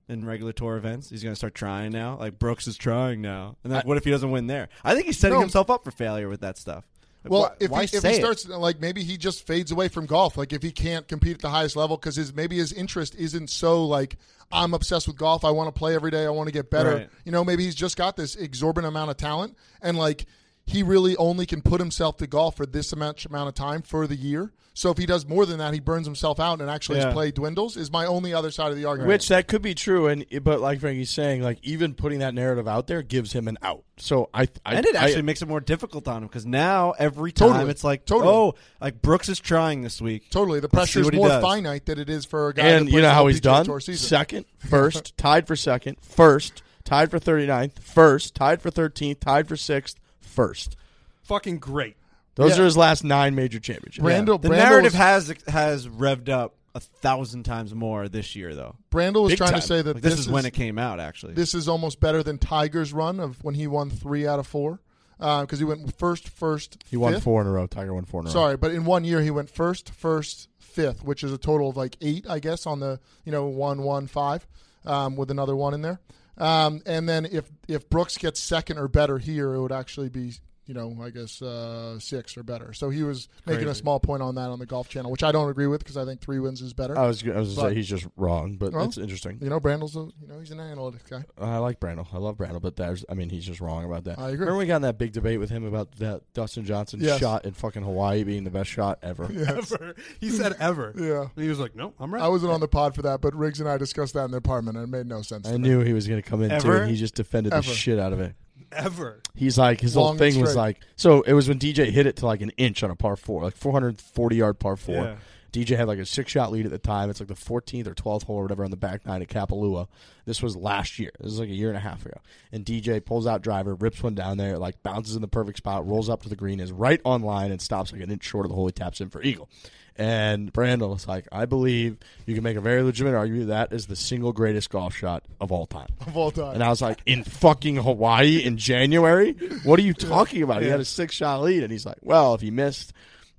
In regular tour events, he's going to start trying now. Like Brooks is trying now, and then
I-
what if he doesn't win there? I think he's setting
No.
himself up for failure with that stuff. Like,
Well,
why-
if,
why
he, if
say
he
it?
starts like maybe he just fades away from golf. Like if he can't compete at the highest level because his maybe his interest isn't so like I'm obsessed with golf. I want to play every day. I want to get better.
Right.
You know, maybe he's just got this exorbitant amount of talent and like he really only can put himself to golf for this amount amount of time for the year. So if he does more than that, he burns himself out and actually
Yeah.
his play dwindles. Is my only other side of the argument.
Which that could be true, and but like Frankie's saying, like even putting that narrative out there gives him an out. So I, I
and it
I-
actually makes it more difficult on him because now every time
Totally.
it's like,
Totally.
oh, like Brooks is trying this week.
Totally, the
Let's see
pressure is
what he
more
does.
finite than it is for a guy.
and
that
you
plays
know
the
how
whole
he's
PGA
done.
Tour season.
Second, first, tied for second, first, tied for 39th, first, tied for thirteenth, tied for sixth, first.
fucking great.
Those
Yeah.
are his last nine major championships.
Brandel-
The
Brandel
narrative
was-
has has revved up a thousand times more this year, though.
Brandel was
Big
trying
time.
to say that
Like, this,
this
is, when
is-
it came out. Actually,
This is almost better than Tiger's run of when he won three out of four because he went first, first.
He won
fifth.
four in a row. Tiger won four in a row.
Sorry, but in one year he went first, first, fifth, which is a total of like eight, I guess, on the you know one, one, five, um, with another one in there. Um, and then if if Brooks gets second or better here, it would actually be you know I guess uh, six or better. So he was making a
Crazy.
small point on that on the Golf Channel, which I don't agree with because I think three wins is better.
I was I was gonna
But-
say he's just wrong, but
Well,
it's interesting.
You know, Brandel's a, you know he's an analytics guy.
I like Brandel. I love Brandel, but there's I mean he's just wrong about that.
I agree.
Remember we got in that big debate with him about that Dustin Johnson
Yes.
shot in fucking Hawaii being the best shot ever.
Ever. He said ever.
Yeah.
And he was like, no, I'm right.
I wasn't on the pod for that, but Riggs and I discussed that in the apartment, and it made no sense. to
I
me.
knew he was going to come in too,
Ever?
and he just defended
Ever.
the shit out of it.
ever.
He's like his
Long
whole
and
thing was
straight.
like so it was when DJ hit it to like an inch on a par four, like 440 yard par four.
Yeah.
DJ had like a six shot lead at the time. It's like the 14th or 12th hole or whatever on the back nine at Kapalua. This was last year. This was like a year and a half ago. And DJ pulls out driver, rips one down there, like bounces in the perfect spot, rolls up to the green, is right on line, and stops like an inch short of the hole. He taps in for eagle. And Brandel is like, I believe you can make a very legitimate argument that is the single greatest golf shot of all time.
of all time.
And I was like, in fucking Hawaii in January? What are you talking about? He had a six shot lead. And he's like, well, if he missed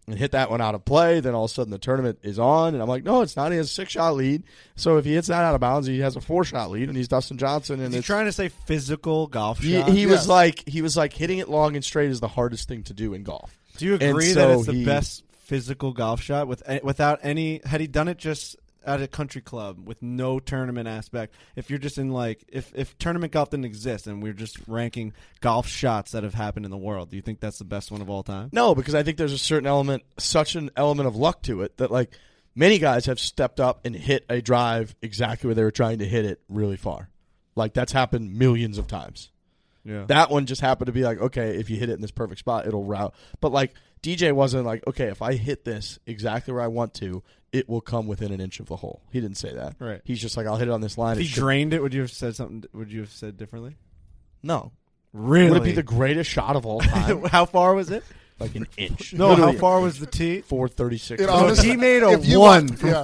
and hit that one out of play, then all of a sudden the tournament is on. And I'm like, no, it's not. He has a six shot lead. So if he hits that out of bounds, he has a four shot lead. And he's Dustin Johnson. And
is he
it's,
trying to say physical golf
he,
shot?
he was
Yes.
like, he was like, hitting it long and straight is the hardest thing to do in golf.
Do you
And
agree that
so
it's the
he-
best physical golf shot with without any? Had he done it just at a country club with no tournament aspect? If you're just in like if if tournament golf didn't exist and we're just ranking golf shots that have happened in the world, do you think that's the best one of all time?
No, because I think there's a certain element, such an element of luck to it that like many guys have stepped up and hit a drive exactly where they were trying to hit it really far. Like that's happened millions of times.
Yeah.
That one just happened to be like, okay, if you hit it in this perfect spot, it'll route. But like DJ wasn't like, okay, if I hit this exactly where I want to, it will come within an inch of the hole. He didn't say that.
Right.
He's just like, I'll hit it on this line.
If
it
he
should-
drained it, would you have said something? Would you have said differently?
No.
Really?
Would it be the greatest shot of all time?
How far was it?
like an inch.
No, how far was the tee?
Four thirty-six.
It
So
honestly-
he made a
if you
one
want-
from
yeah.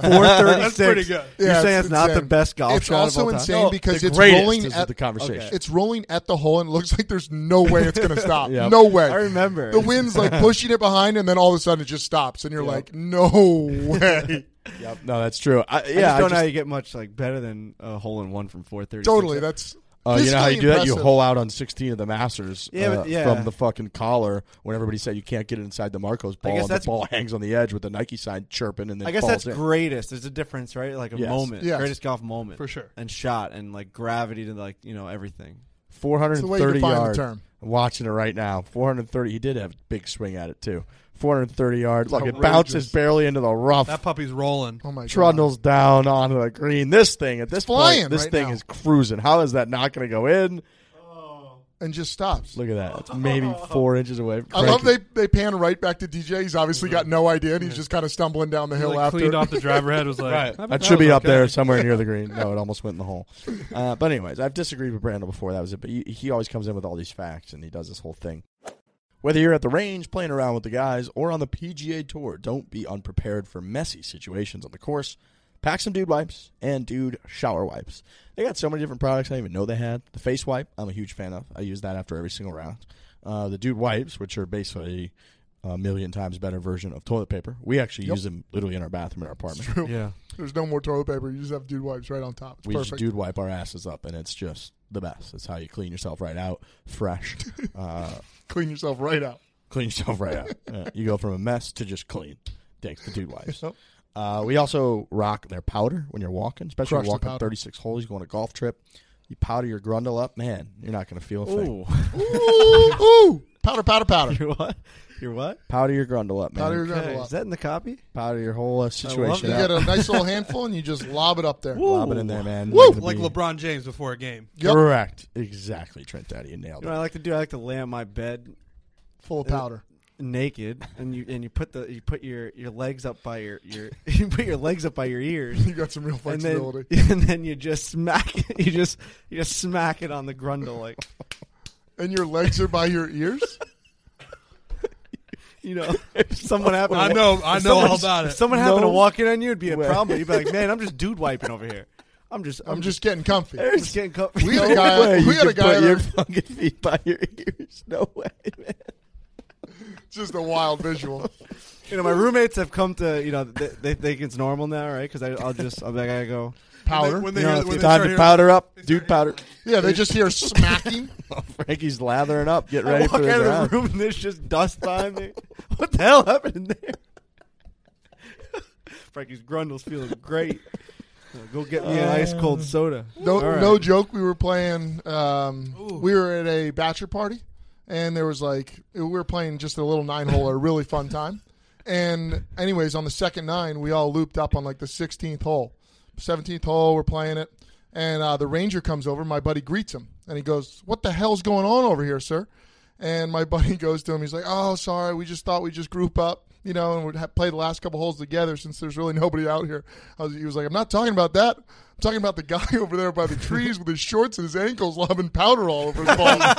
436.
That's pretty good.
You're
Yeah, it's
saying it's, not the
insane.
best golf
It's
shot
also
of all time?
insane
No,
because
the
it's
greatest
rolling
is
at
the conversation.
It's rolling at the hole and looks like there's no way it's going to stop. No way.
I remember.
The wind's like pushing it behind, and then all of a sudden it just stops, and you're like, no way.
Yep. No, that's true. I,
I
yeah,
just don't
I
know
just-
how you get much like better than a hole in one from 436.
totally. That's.
Uh, you know how
physically
you do that? You
impressive.
hole out on 16 of the Masters
Yeah,
uh,
but- yeah.
from the fucking collar when everybody said you can't get it inside the Marcos ball.
guess
and
that's-
the ball hangs on the edge with the Nike sign chirping and then
I guess
falls
that's
in.
greatest. There's a difference, right? Like a
Yes.
moment,
Yes.
greatest golf moment
For sure.
and shot and like gravity to like you know everything.
It's the way you
430
define the
yards.
term.
I'm watching it right now. 430. He did have a big swing at it too. 430 yards. Look, it
Outrageous.
bounces barely into the rough.
That puppy's rolling.
Oh my god.
trundles down onto the green. This thing at this
flying
point, this
right
thing
now.
is cruising. How is that not going to go in?
And just stops.
Look at that. It's maybe four inches away.
I love they they pan right back to DJ. He's obviously
Mm-hmm.
got no idea, and he's just kind of stumbling down the
He,
hill
like,
after.
cleaned off the driver head. Was like, "That-
That
that
should
was
be up
okay."
there somewhere near the green. No, it almost went in the hole. Uh, but anyways, I've disagreed with Brandon before. That was it. But he, he always comes in with all these facts and he does this whole thing. Whether you're at the range playing around with the guys or on the PGA Tour, don't be unprepared for messy situations on the course. Pack some dude wipes and dude shower wipes. They got so many different products I didn't even know they had. The face wipe, I'm a huge fan of. I use that after every single round. Uh, the dude wipes, which are basically a million times better version of toilet paper. We actually
Yep.
use them literally in our bathroom in our apartment.
Yeah,
There's no more toilet paper. You just have dude wipes right on top. It's
we
perfect.
just dude wipe our asses up, and it's just the best. It's how you clean yourself right out, fresh. Uh,
Clean yourself right out.
clean yourself right out. Yeah, you go from a mess to just clean. Thanks to dude wipes.
Yep.
Uh, we also rock their powder when you're walking, especially when
Crush
you're
the
walking
powder.
36 holes, going on a golf trip. You powder your grundle up, man. You're not going to feel a thing.
Ooh.
Ooh, ooh. powder, powder, powder.
your what? Your what?
Powder your grundle up, man. Powder
Powder your
your,
gravel
Hey,
up.
is that in the copy?
whole uh,
love
situation.
You
that.
out.
get a nice little handful and you just lob it up there.
Lob it in there, man.
Woo!
You're gonna
Like
be-
LeBron James before a game.
Yep.
Correct. Exactly, Trent Daddy. You nailed
You know what
it.
I like to do? I like to lay on my bed
Full of powder.
naked, and you and you put the you put your your legs up by your your you put your legs up by your ears.
You got some real
And then,
flexibility. And,
and then you just smack it. You just you just smack it on the grundle like
your legs are by your ears.
you know if someone happened.
I
to,
know- I
if
know all
someone-
about
If
it.
someone happened to
No
walk in on you, it'd be a
way.
problem. You'd be like, man, I'm just dude wiping over here. I'm just
I'm just getting comfy.
I'm just getting comfy.
We had a guy.
you
We had a
can
guy.
put your
That,
fucking feet by your ears. No way, man.
just a wild visual.
you know, my roommates have come to you know they, they think it's normal now, right? Because I'll just I'm like I go.
Powder.
When they,
You know,
when they,
if
when
it's
they
time
start
to
hearing-
powder up, dude powder.
Yeah, they just hear smacking.
Frankie's lathering up, getting
I
ready
walk
for his
out of
round.
the room and there's just dust behind me. What the hell happened in there? Frankie's grundle's feeling great. Uh, Go get me an ice cold soda.
No,
All right.
no joke. We were playing. Um, we were at a bachelor party, and there was like we were playing just a little nine hole, a really fun time. And anyways, on the second nine, we all looped up on like the sixteenth hole, seventeenth hole. We're playing it, and uh, the ranger comes over. My buddy greets him, and he goes, "What the hell's going on over here, sir?" And my buddy goes to him. He's like, "Oh, sorry. We just thought we'd just group up, you know, and we'd ha- play the last couple holes together since there's really nobody out here." I was, he was like, "I'm not talking about that. I'm talking about the guy over there by the trees with his shorts and his ankles lobbing powder all over his balls."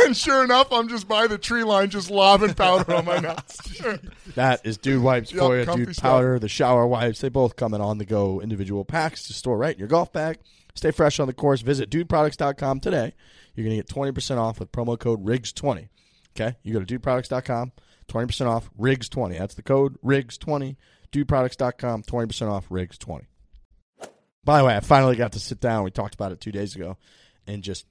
and sure enough, I'm just by the tree line, just lobbing powder on my nuts.
That is dude wipes
Yup,
for you,
comfy
dude
stuff.
powder, the shower wipes. They both come in on the go individual packs to store right in your golf bag. Stay fresh on the course. Visit dudeproducts.com today. You're going to get 20% off with promo code RIGS20. Okay? You go to dudeproducts.com, 20% off RIGS20. That's the code RIGS20. Dudeproducts.com, 20% off RIGS20. By the way, I finally got to sit down. We talked about it two days ago and just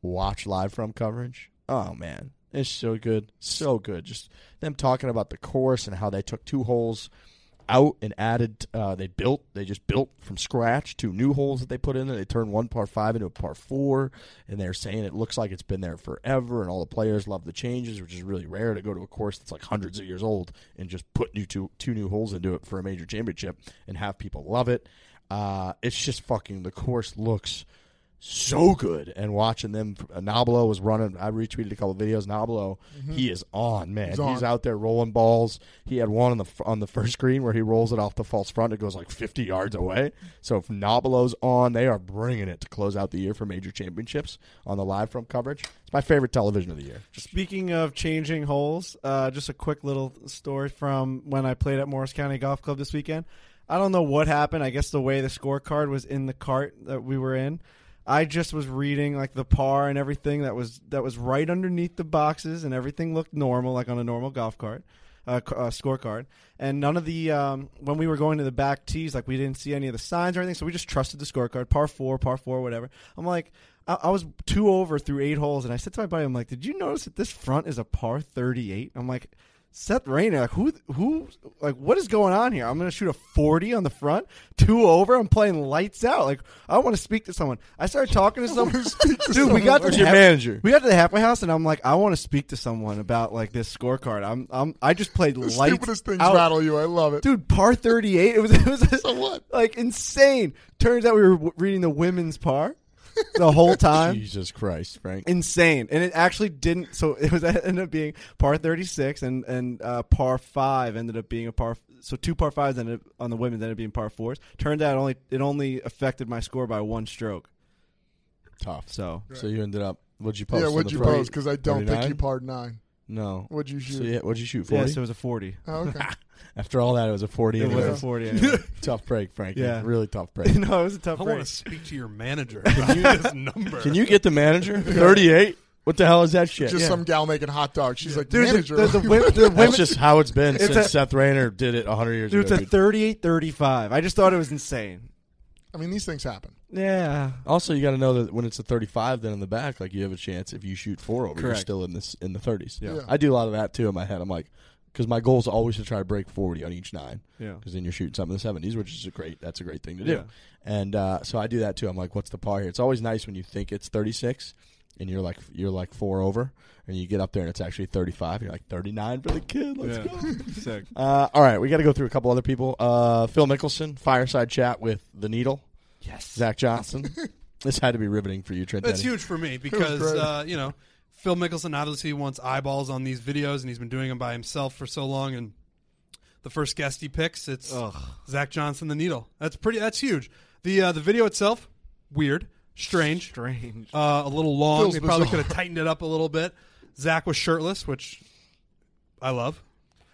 watch live from coverage. Oh man, it's so good, so good. Just them talking about the course and how they took two holes out and added. Uh, they built, they just built from scratch two new holes that they put in there. They turned one par five into a par four, and they're saying it looks like it's been there forever. And all the players love the changes, which is really rare to go to a course that's like hundreds of years old and just put new two two new holes into it for a major championship and have people love it. Uh, it's just fucking the course looks so good. And watching them, uh, Nablo was running. I retweeted a couple of videos. Nablo, he is on man. He's,
Mm-hmm. He's on.
out there rolling balls. He had one on the on the first screen where he rolls it off the false front. It goes like 50 yards away. So if Nablo's on, they are bringing it to close out the year for major championships on the live from coverage. It's my favorite television of the year.
Speaking of changing holes, uh, just a quick little story from when I played at Morris County Golf Club this weekend. I don't know what happened. I guess the way the scorecard was in the cart that we were in, I just was reading like the par and everything that was that was right underneath the boxes, and everything looked normal, like on a normal golf cart. Uh, c- uh, scorecard, and none of the um, when we were going to the back tees, like we didn't see any of the signs or anything, so we just trusted the scorecard. Par four, par four, whatever. I'm like, I, I was two over through eight holes, and I said to my buddy, I'm like, did you notice that this front is a par 38? I'm like, Seth Rayner, like who, who, like what is going on here? I'm gonna shoot a 40 on the front, two over. I'm playing lights out. Like I want to speak to someone. I started talking to someone. Dude, we got to
Where's
the
your
half-
manager?
We got to the halfway house, and I'm like, I want to speak to someone about like this scorecard. I'm, I'm, I just played
The
lights
stupidest things
out.
rattle you. I love it.
Dude, par 38. It was, it was
So what?
like insane. Turns out we were w- reading the women's par the whole time.
Jesus Christ, Frank.
insane. And it actually didn't. So it was it ended up being par 36 and and uh, par five ended up being a par. So two par fives ended up on the women's ended up being par fours. Turned out only it only affected my score by one stroke.
Tough.
So
So you ended up. What'd you post?
yeah,
on
what'd
the
you
front?
pose? Because I don't think you
39?
parred nine.
No.
What'd you
So
shoot?
yeah, what'd you shoot? Forty.
yes, it was a 40.
Oh, okay.
After all that, it was a forty.
It
anyway.
was a 40. Anyway.
tough break, Frank.
Yeah.
really tough break.
no, it was a tough
I
break.
want to speak to your manager. Can you this number?
Can you get the manager? Thirty-eight. What the hell is that shit?
Just some gal making hot dogs. She's like,
Dude, the-
manager.
the, the, women, the women,
That's just how it's been
It's
since
a-
Seth Rayner did it hundred years
dude, it's
ago.
a
dude.
38 35. I just thought it was insane.
I mean, these things happen.
Yeah.
also, you got to know that when it's a thirty-five, then in the back, like you have a chance if you shoot four over, you're
Correct.
still in this in the thirties.
Yeah.
I do a lot of that too in my head. I'm like, because my goal is always to try to break forty on each nine.
Yeah.
because then you're shooting something in the seventies, which is a great that's a great thing to do.
Yeah.
And uh, so I do that too. I'm like, what's the par here? It's always nice when you think it's thirty six and you're like you're like four over and you get up there and it's actually thirty five. You're like thirty nine for the kid. Let's go.
Sick.
Uh, all right, we got to go through a couple other people. Uh, Phil Mickelson, fireside chat with the needle. Yes, Zach Johnson. this had to be riveting for you, Trent.
That's
Denny.
huge for me because
great.
uh, you know Phil Mickelson obviously wants eyeballs on these videos, and he's been doing them by himself for so long. And the first guest he picks, it's Zach Johnson, the needle. That's pretty. That's huge. The uh, the video itself, weird, strange,
Strange.
uh, a little long.
Feels
they probably
bizarre.
could have tightened it up a little bit. Zach was shirtless, which I love.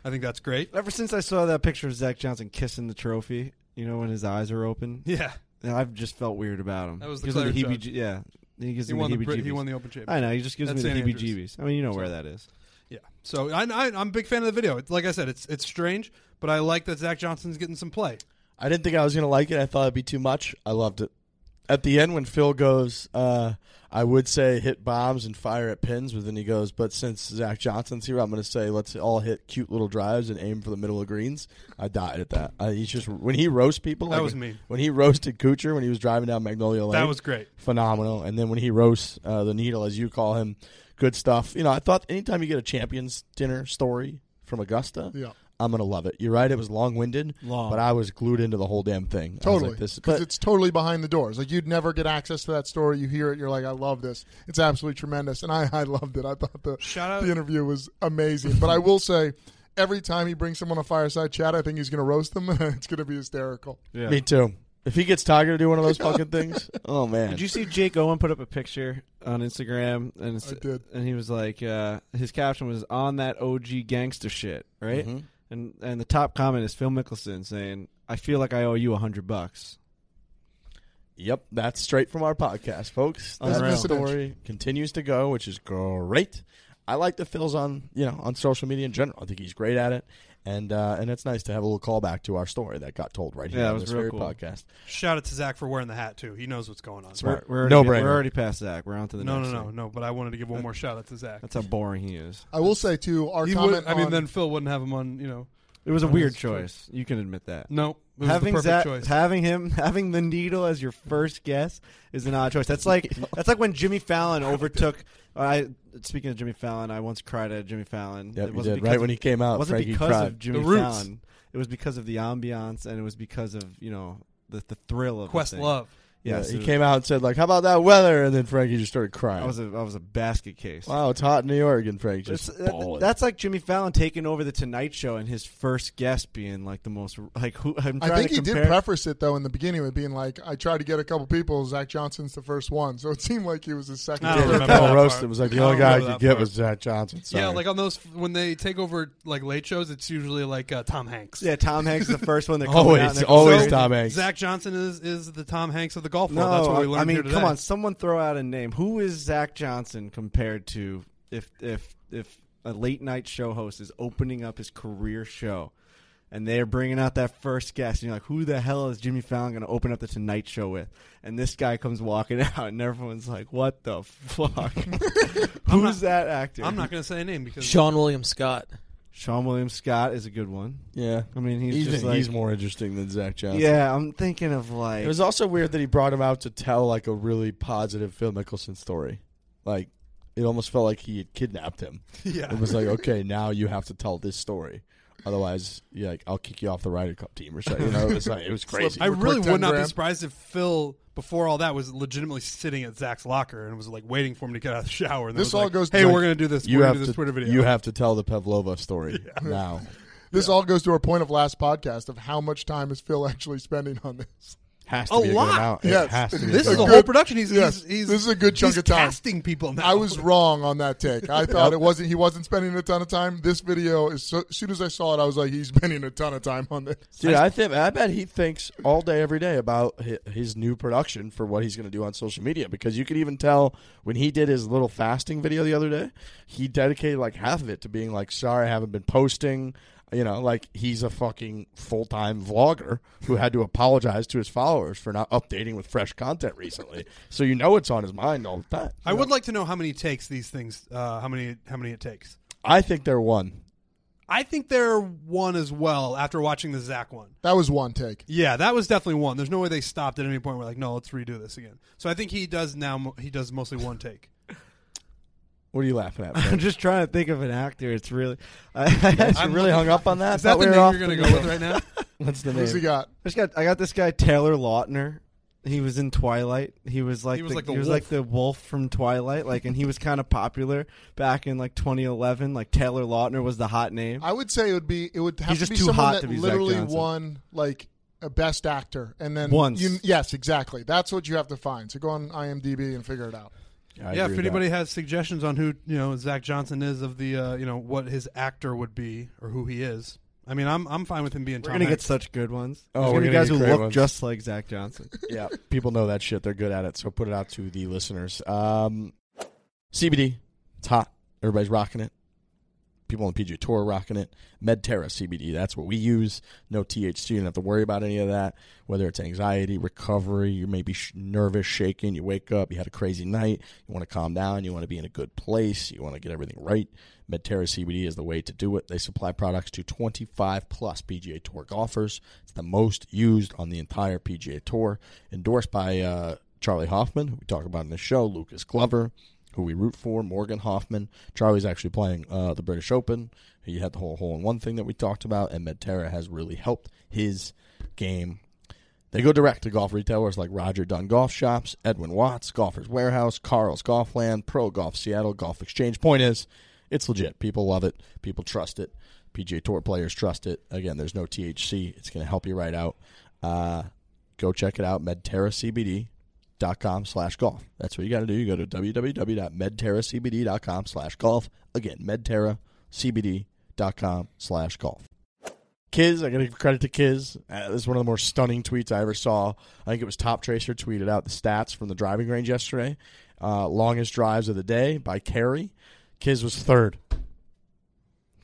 I think that's great.
Ever since I saw that picture of Zach Johnson kissing the trophy, you know, when his eyes are open,
Yeah,
And I've just felt weird about him.
That was the
Gives me
Claret
heebie- Yeah, he gives
he
me
won the
the
Brit-
heebie-jeebies.
he won the Open Championship.
I know. He just gives
That's
me the
St. Andrews.
heebie-jeebies. I mean, you know where that is.
Yeah. So I, I, I'm a big fan of the video. It's like I said, it's it's strange, but I like that Zach Johnson's getting some play.
I didn't think I was gonna like it. I thought it'd be too much. I loved it. At the end, when Phil goes, uh, I would say hit bombs and fire at pins, but then he goes, but since Zach Johnson's here, I'm gonna say let's all hit cute little drives and aim for the middle of greens. I died at that. I, he's just when he roasts people.
That
like,
was mean.
When he roasted Kuchar when he was driving down Magnolia Lane.
That was great.
phenomenal. And then when he roasts uh, the needle, as you call him, good stuff. You know, I thought anytime you get a champions dinner story from Augusta,
Yeah.
I'm gonna love it. You're right; it was long winded,
Long.
but I was glued into the whole damn thing. I was
Totally.
like, this,
Because
but
it's totally behind the doors. Like, you'd never get access to that story. You hear it, you're like, I love this. It's absolutely tremendous. And I, I loved it. I thought the,
Shout out-
the interview was amazing. But I will say, every time he brings someone on Fireside Chat, I think he's going to roast them. it's going to be hysterical.
Yeah.
me too. If he gets Tiger to do one of those fucking things, oh man!
Did you see Jake Owen put up a picture on Instagram? And it's-
I did.
And he was like, uh, his caption was on that OG gangster shit, right? And and the top comment is Phil Mickelson saying, "I feel like I owe you a hundred bucks."
Yep, that's straight from our podcast, folks. That
Unreal.
story continues to go, which is great. I like the Phil's on you know on social media in general. I think he's great at it, and uh, and it's nice to have a little callback to our story that got told right here
Yeah, it
on
was
this
real
very
cool.
podcast.
Shout out to Zach for wearing the hat too. He knows what's going on.
Smart.
We're already,
No
we're
brainer.
already past Zach. We're on to the
No,
next.
no, no,
thing.
no. But I wanted to give one more shout out to Zach.
That's how boring he is.
I will say, too, our
He
comment
would, I mean,
on-
then Phil wouldn't have him on. You know,
It was a
Oh,
weird
that's true.
choice. You can admit that.
no. It was
having
the perfect
that,
choice.
having him, having the needle as your first guess is an odd choice. That's like that's like when Jimmy Fallon overtook. I speaking of Jimmy Fallon, I once cried at Jimmy Fallon.
Yep, you
wasn't
did.
because
Right
of-
when he came out,
it wasn't
Frankie
because
cried.
of Jimmy
The roots.
Fallon. It was because of the ambiance, and it was because of you know the the thrill of the
Quest
thing.
Love.
Yes,
he
it-
came out and said like, "How about that weather?" And then Frankie just started crying.
I was a I was a basket case.
wow, it's hot in New York, and Frank
It's-
just
uh,
that-
balling.
that's like Jimmy Fallon taking over the Tonight Show and his first guest being like the most like who I'm
I
trying
think
to
he did
compare-
preface it though in the beginning with being like, "I tried to get a couple people. Zach Johnson's the first one, so it seemed like he was the second.
I don't
one.
remember that
roast
part.
it was like
I
the
don't
only guy I
remember
could
that
get
part.
was Zach Johnson.
Yeah,
Sorry.
like on those when they take over like late shows, it's usually like uh, Tom Hanks.
Yeah, Tom Hanks is the first one that coming
Always,
out and they're
always
comparing-
Tom Hanks.
Zach Johnson is is the Tom Hanks of the golf
No,
world. That's what we learned
I mean,
here today.
come on, someone throw out a name. Who is Zach Johnson compared to if if if a late night show host is opening up his career show? And they're bringing out that first guest, and you're like, "Who the hell is Jimmy Fallon going to open up the Tonight Show with?" And this guy comes walking out, and everyone's like, "What the fuck? Who's that actor?"
I'm not going to say a name because
Sean William Scott.
Sean William Scott is a good one.
yeah,
I mean, he's
he's,
just like-
he's more interesting than Zach Johnson.
Yeah, I'm thinking of like
It was also weird that he brought him out to tell like a really positive Phil Mickelson story. Like it almost felt like he had kidnapped him.
Yeah.
It was like, okay, now you have to tell this story. Otherwise, yeah, like I'll kick you off the Ryder Cup team or something. You know, it was like it was crazy.
I
Real quick,
really
10
would not be
grand.
surprised if Phil, before all that, was legitimately sitting at Zach's locker and was like waiting for him to get out of the shower. And then
This
was
all
like,
goes to,
Hey,
like,
we're going to do this.
you
we're
have to
gonna do this Twitter video.
you have to tell the Pavlova story now.
This all goes to our point of last podcast of how much time is Phil actually spending on this.
Has to
A
be a
lot.
good amount.
Yes.
It has to be.
this
a good
is the
amount.
whole production. He's,
Yes.
he's, he's
This is a good chunk
he's
of time.
Casting people now.
I was wrong on that take. I thought it wasn't. He wasn't spending a ton of time. This video, as so, soon as I saw it, I was like, he's spending a ton of time on this.
Dude, I think I bet he thinks all day every day about hi- his new production for what he's going to do on social media because you could even tell when he did his little fasting video the other day, he dedicated like half of it to being like, "Sorry, I haven't been posting." You know, like he's a fucking full-time vlogger who had to apologize to his followers for not updating with fresh content recently. so you know it's on his mind all the time.
I would like to know how many takes these things. Uh, how many? How many it takes?
I think they're one.
I think there are one as well after watching the Zach one.
That was one take.
Yeah, that was definitely one. There's no way they stopped at any point. We're like, no, let's redo this again. So I think he does now. mo- He does mostly one take.
What are you laughing at?
I'm
Frank?
just trying to think of an actor. It's really I, I
You
actually
really hung up on that.
Is that
Thought we
the
were
name
off
you're
the
going to go
name.
with right now?
What's the
Who's he
name?
got?
I just got I got this guy Taylor Lautner. He was in Twilight. He was like
He was like the
he was
wolf.
like the wolf from Twilight. Like, and he was kind of popular back in like 2011. Like Taylor Lautner was the hot name.
I would say it would be. It would have
He's
to
just
be
too
someone
hot
that
to be Zach
literally
Johnson.
won like a best actor, and then
Once.
You, yes, exactly. That's what you have to find. So go on IMDb and figure it out.
I agree
yeah, if
with that.
anybody has suggestions on who you know Zach Johnson is of the uh, you know what his actor would be or who he is. I mean, I'm I'm fine with him being.
we're
Tom
gonna get
Hanks.
such good ones.
Oh,
There's
we're
gonna be
gonna
guys
get
who
great
look
ones.
just like Zach Johnson.
yeah, people know that shit. They're good at it. So put it out to the listeners. Um, CBD, it's hot. Everybody's rocking it. People on the PGA Tour are rocking it. Medterra CBD, that's what we use. No THC. You don't have to worry about any of that. Whether it's anxiety, recovery, you may be sh- nervous, shaking, you wake up, you had a crazy night, you want to calm down, you want to be in a good place, you want to get everything right. Medterra CBD is the way to do it. They supply products to 25 plus PGA Tour golfers. It's the most used on the entire PGA Tour. Endorsed by uh, Charlie Hoffman, who we talk about in the show, Lucas Glover, who we root for, Morgan Hoffman. Charlie's actually playing uh, the British Open. He had the whole hole in one thing that we talked about, and Medterra has really helped his game. They go direct to golf retailers like Roger Dunn Golf Shops, Edwin Watts, Golfers Warehouse, Carl's Golfland, Pro Golf Seattle, Golf Exchange. Point is, it's legit. People love it. People trust it. PGA Tour players trust it. Again, there's no THC. It's going to help you right out. Uh, go check it out, medterracbd.com slash golf. That's what you got to do. You go to www.medterracbd.com slash golf. Again, medterracbd.com slash golf. Kiz, I gotta give credit to Kiz. Uh, this is one of the more stunning tweets I ever saw. I think it was Top Tracer tweeted out the stats from the driving range yesterday. Uh, longest drives of the day by Carey. Kiz was third.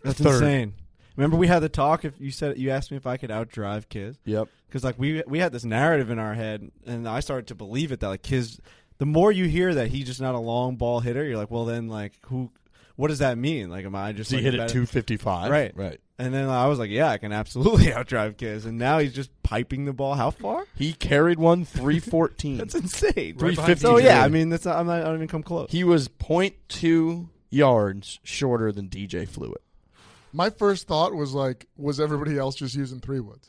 That's
Third.
insane. Remember we had the talk. If you said you asked me if I could outdrive Kiz.
Yep.
because like we we had this narrative in our head, and I started to believe it that like his the more you hear that he's just not a long ball hitter, you're like, well then like who, what does that mean? Like am I just
So he
like,
hit
a
it
better-
255.
Right.
Right.
And then I was like, yeah, I can absolutely outdrive Kiz, and now he's just piping the ball how far?
He carried one 314.
That's insane.
Right behind
So
TJ.
yeah, I mean that's not, I'm not I don't even come close.
he was 0.2 yards shorter than DJ Fluid.
My first thought was like, was everybody else just using three woods?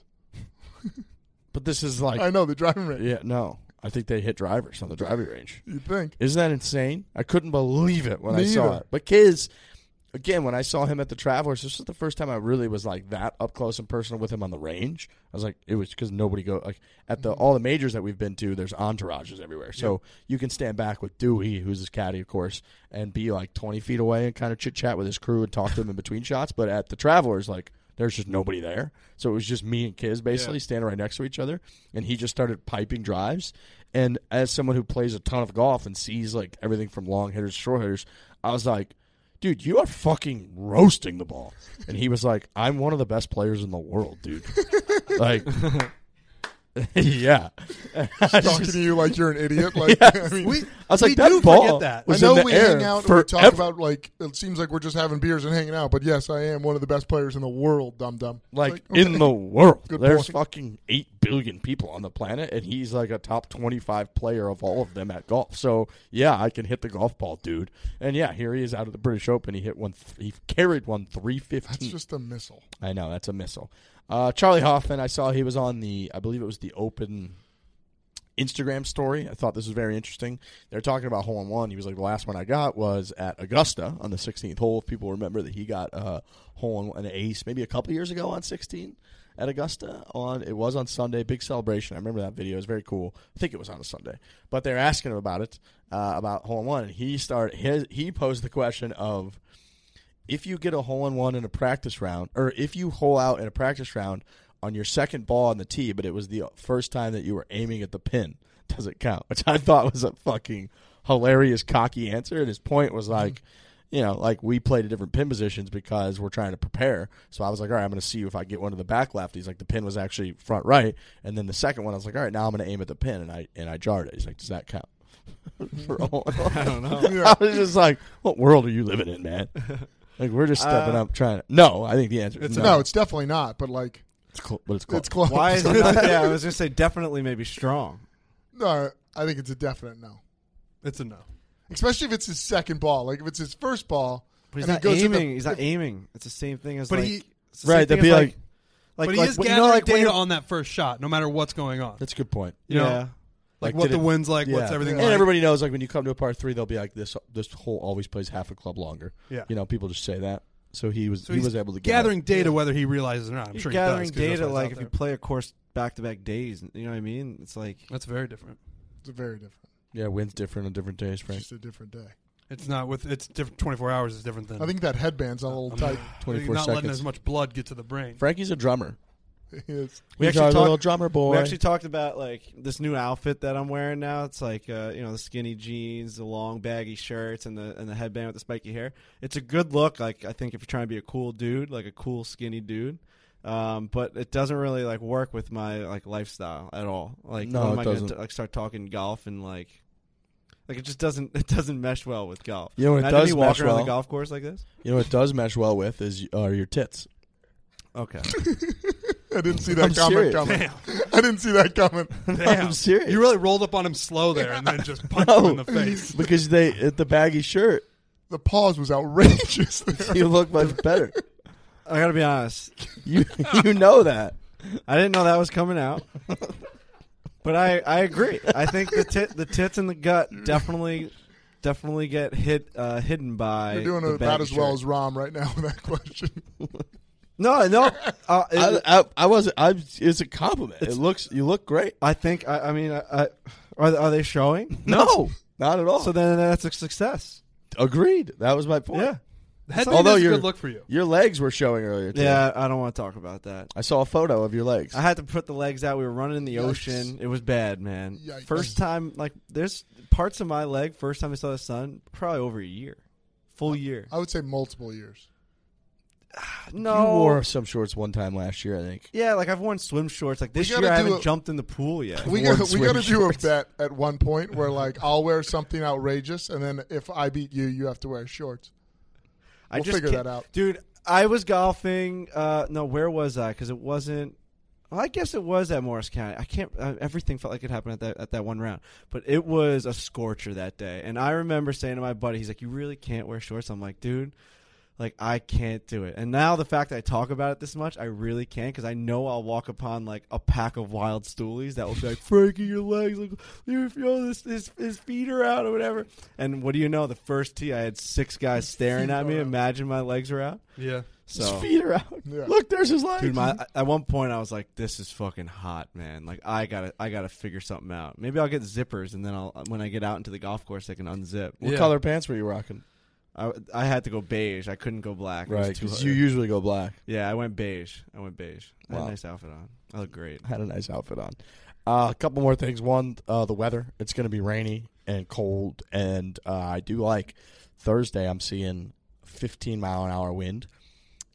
But this is like,
I know the driving range.
yeah, no. I think they hit drivers on the driving range.
You think?
Isn't that insane? I couldn't believe it when I
Me
saw
either.
it. But kids, again, when I saw him at the Travelers, this was the first time I really was like that up close and personal with him on the range. I was like, it was because nobody go like at the all the majors that we've been to. There's entourages everywhere, so you can stand back with Dewey, who's his caddy, of course, and be like 20 feet away and kind of chit chat with his crew and talk to them in between shots. But at the Travelers, like. There's just nobody there. So it was just me and kids basically standing right next to each other. And he just started piping drives. And as someone who plays a ton of golf and sees like everything from long hitters to short hitters, I was like, dude, you are fucking roasting the ball. And he was like, I'm one of the best players in the world, dude. like, yeah.
She's talking to you like you're an idiot. Like I mean,
We- I was like, we that do ball forget that. was
I know
in the
we
air
hang out and we talk
forever.
about like it seems like we're just having beers and hanging out, but yes, I am one of the best players in the world, dum dum.
Like, in the world.
Good
There's
point.
fucking 8 billion people on the planet, and he's like a top 25 player of all of them at golf. So, yeah, I can hit the golf ball, dude. And yeah, here he is out of the British Open. He hit one, he carried one 315.
That's just a missile.
I know that's a missile. Uh, Charlie Hoffman, I saw he was on the, I believe it was the Open Instagram story. I thought this was very interesting. They're talking about hole in one. He was like, the last one I got was at Augusta on the 16th hole. If people remember that he got a hole in an ace maybe a couple years ago on 16 at Augusta. On it was on Sunday, big celebration. I remember that video. It was very cool. I think it was on a Sunday, but they're asking him about it, uh, about hole in one, and he started. His, he posed the question of if you get a hole in one in a practice round, or if you hole out in a practice round on your second ball on the tee, but it was the first time that you were aiming at the pin, does it count? Which I thought was a fucking hilarious, cocky answer. And his point was like, you know, like we play to different pin positions because we're trying to prepare. So I was like, all right, I'm going to see if I get one to the back left. He's like, the pin was actually front right, and then the second one, I was like, all right, now I'm going to aim at the pin, and I and I jarred it. He's like, does that count? For all-
I don't know.
I was just like, what world are you living in, man? Like we're just stepping
Uh,
up, trying to. No, I think the answer is
No,
no.
it's definitely not. But like,
it's cl- but it's close.
it's close.
Why is it not? Yeah, I was gonna say definitely maybe strong.
No, I think it's a definite no.
It's a no.
Especially if it's his second ball. Like if it's his first ball,
But he's
and he
not
goes in the-
aiming. he's not aiming. It's the same thing as
But
like
he-
it's the same
Right, that'd
thing
be
as,
like-
like
but he
like,
is
when-
gathering
you know, like when
data
you're-
on that first shot, no matter what's going on.
That's a good point.
you know,
yeah.
like, what
did
the
it-
wind's like, what's
Yeah.
everything
And
like.
everybody knows, like when you come to a par three, they'll be like this. This hole always plays half a club longer.
Yeah.
you know, people just say that. So he was
So
he
he's
was able to get
gathering
it.
data whether he realizes it or not. I'm
You're
sure
gathering
he does, 'cause that's
data
why
like
it's
if
out
you
there.
play a course back to back days. You know what I mean? It's like
That's very different.
It's very different.
Yeah, wins different on different days,
It's
Frank.
just a different day.
It's not with it's different. 24 hours is different than
I think that headband's a little tight.
You're
24
not letting
seconds.
as much blood get to the brain.
Frankie's a drummer.
He is.
We
He's
actually
our
talk-
little drummer boy.
We actually talked about like this new outfit that I'm wearing now. It's like uh, you know the skinny jeans, the long baggy shirts, and the and the headband with the spiky hair. It's a good look. Like I think if you're trying to be a cool dude, like a cool skinny dude, um, but it doesn't really like work with my like lifestyle at all. Like
No,
when am
it
I gonna
doesn't.
t- like start talking golf and like like it just doesn't it doesn't mesh well with golf.
You know what it
Imagine
does
me walking
mesh
around
well?
the golf course like this.
you know, what it does mesh well with is uh, your tits.
Okay,
I didn't see that
I'm
comment
serious.
coming. I didn't see that coming.
Damn.
I'm serious.
You really rolled up on him slow there and then just punched him in the face.
because they at the baggy shirt,
The pause was outrageous. there.
you look much better.
I gotta be honest.
You you know that.
I didn't know that was coming out. but I, I agree. I think the tit, the tits and the gut definitely definitely get hit uh, hidden by.
You're doing
the
about
baggy
as well
shirt.
as Rom right now with that question.
No, no. Uh, it-
I, I, I wasn't. I, it's a compliment. It
It's-
looks. You look great.
I think. I, I mean, I, I, are are they showing?
No, not at all.
So then that's a success.
agreed. That was my point.
Yeah.
Headband
Although
Although is a
you're-
good look for you.
Your legs were showing earlier. Today.
Yeah, I don't want to talk about that.
I saw a photo of your legs.
I had to put the legs out. We were running in the
Yikes.
ocean. It was bad, man.
Yikes.
First time, like, there's parts of my leg. First time I saw the sun, probably over a year, full year.
I would say multiple years.
you
No,
wore some shorts one time last year, I think.
Yeah, like I've worn swim shorts. Like this
gotta
year, I
do
haven't
a-
jumped in the pool yet.
We
Worn
got we
swim
got to do a
shorts.
bet at one point where like I'll wear something outrageous, and then if I beat you, you have to wear shorts.
I
we'll
just
figure
can't-
that out.
dude. I was golfing. Uh, no, where was I? Because it wasn't. Well, I guess it was at Morris County. I can't. Uh, everything felt like it happened at that at that one round, but it was a scorcher that day. And I remember saying to my buddy, "He's like, you really can't wear shorts." I'm like, dude. like I can't do it. And now the fact that I talk about it this much, I really can because I know I'll walk upon like a pack of wild stoolies that will be like Frankie, your legs, like you feel this, his his feet are out or whatever. And what do you know? The first tee, I had six guys staring at me. Imagine my legs were out.
Yeah.
so
His feet are out. Look, there's his legs.
Dude, my, at one point I was like, "This is fucking hot, man! Like, I gotta, I gotta figure something out. Maybe I'll get zippers, and then I'll, when I get out into the golf course, I can unzip."
what color pants were you rocking?
I, I had to go beige. I couldn't go black. It was
Right,
too
'cause
hot.
you usually go black.
Yeah, I went beige. I went beige. I had
Wow.
a nice outfit on. I look great.
Had a nice outfit on. Uh, a couple more things. One, uh, the weather. It's going to be rainy and cold, and uh, I do like Thursday. I'm seeing 15 mile an hour wind,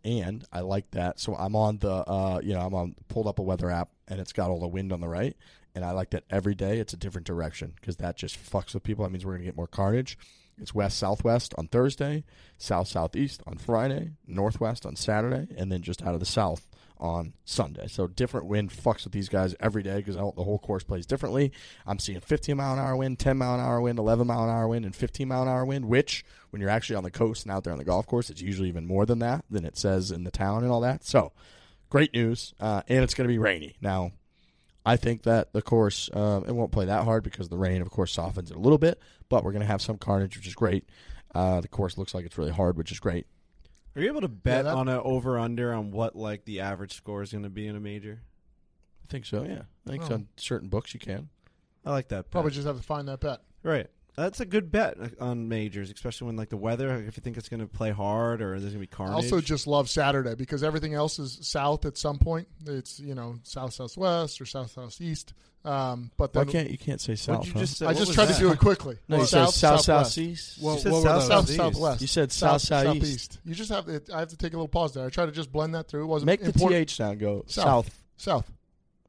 and I like that. So I'm on the, uh, you know, I'm on pulled up a weather app, and it's got all the wind on the right, and I like that every day. It's a different direction because that just fucks with people. That means we're going to get more carnage. It's west southwest on Thursday, south southeast on Friday, northwest on Saturday, and then just out of the south on Sunday. So different wind fucks with these guys every day because the whole course plays differently. I'm seeing 15 mile an hour wind, 10 mile an hour wind, 11 mile an hour wind, and 15 mile an hour wind. Which, when you're actually on the coast and out there on the golf course, it's usually even more than that than it says in the town and all that. So great news, uh, and it's going to be rainy now. I think that the course um, it won't play that hard because the rain, of course, softens it a little bit. But we're going to have some carnage, which is great. Uh, the course looks like it's really hard, which is great.
Are you able to bet
that-
on an over under on what like the average score is going to be in a major?
I think so. Yeah, I think
Oh.
on certain books you can.
I like that. Bet.
Probably just have to find that bet.
right. That's a good bet like, on majors, especially when like the weather. like, If you think it's going to play hard or there's going to be
I
carnage.
also just love Saturday because everything else is south at some point. It's you know south southwest or south southeast. Um, but
Why
then
can't you can't say
What'd
south?
you
huh?
just say?
I
What
just
was
tried
that?
to do it quickly.
No, you
Well,
said south
southwest.
southeast.
Well,
You said
what were
south,
those?
South
Southeast.
southwest.
You said south, southeast.
southeast. You just have it. I have to take a little pause there. I tried to just blend that through. It wasn't
Make the
important.
th sound go
South.
south.
south,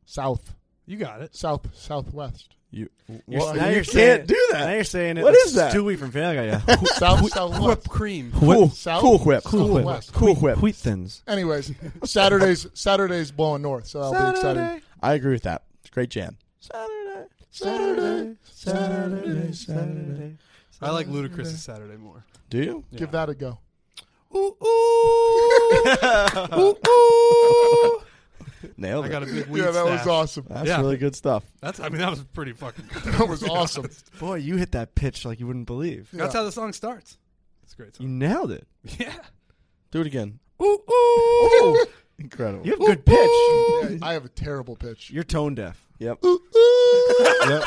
south,
You got it.
south, southwest,
You
You're-
Well,
now
you
you're saying
can't
it-
do that.
Now you're saying it.
What
like
is that?
Two week from failure. Yeah.
south southwest.
Whipped cream.
Cool,
South,
cool whip. Cool
Southwest.
whip. Cool whip.
Wheat thins.
Anyways, Saturday's Saturday's blowing north, so that'll be exciting.
I agree with that. It's a great jam.
Saturday.
Saturday,
Saturday, Saturday.
I like Ludacris' Saturday more.
Do you?
Give that a go.
Nailed it.
I got a big weed
Yeah, that was
stash.
awesome.
That's
Yeah.
really good stuff.
That's I mean that was pretty fucking good.
That was awesome.
Boy, you hit that pitch like you wouldn't believe.
That's how the song starts. It's a great
You
song.
nailed it.
Yeah.
Do it again.
Ooh, ooh.
Incredible.
you have good pitch.
Yeah, I have a terrible pitch.
You're tone deaf.
Yep.
Yep.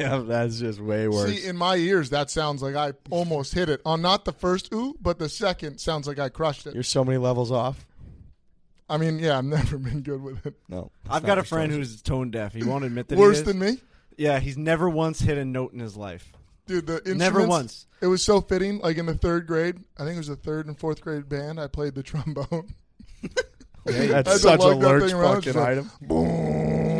yep. That's just way worse.
See, in my ears, that sounds like I almost hit it on not the first ooh, but the second sounds like I crushed it.
You're so many levels off.
I mean, yeah, I've never been good with it.
No. that's
I've
not
got a
what
friend
you're
who's tone deaf. He won't admit that.
Worse
he is.
than me,
Yeah, he's never once hit a note in his life.
dude. The instruments,
Never once.
It was so fitting. Like in the third grade, I think it was the third and fourth grade band. I played the trombone.
supposed to-
I had
That's
to
such a
lug that
lurch
thing around, it's
fucking
like-
item.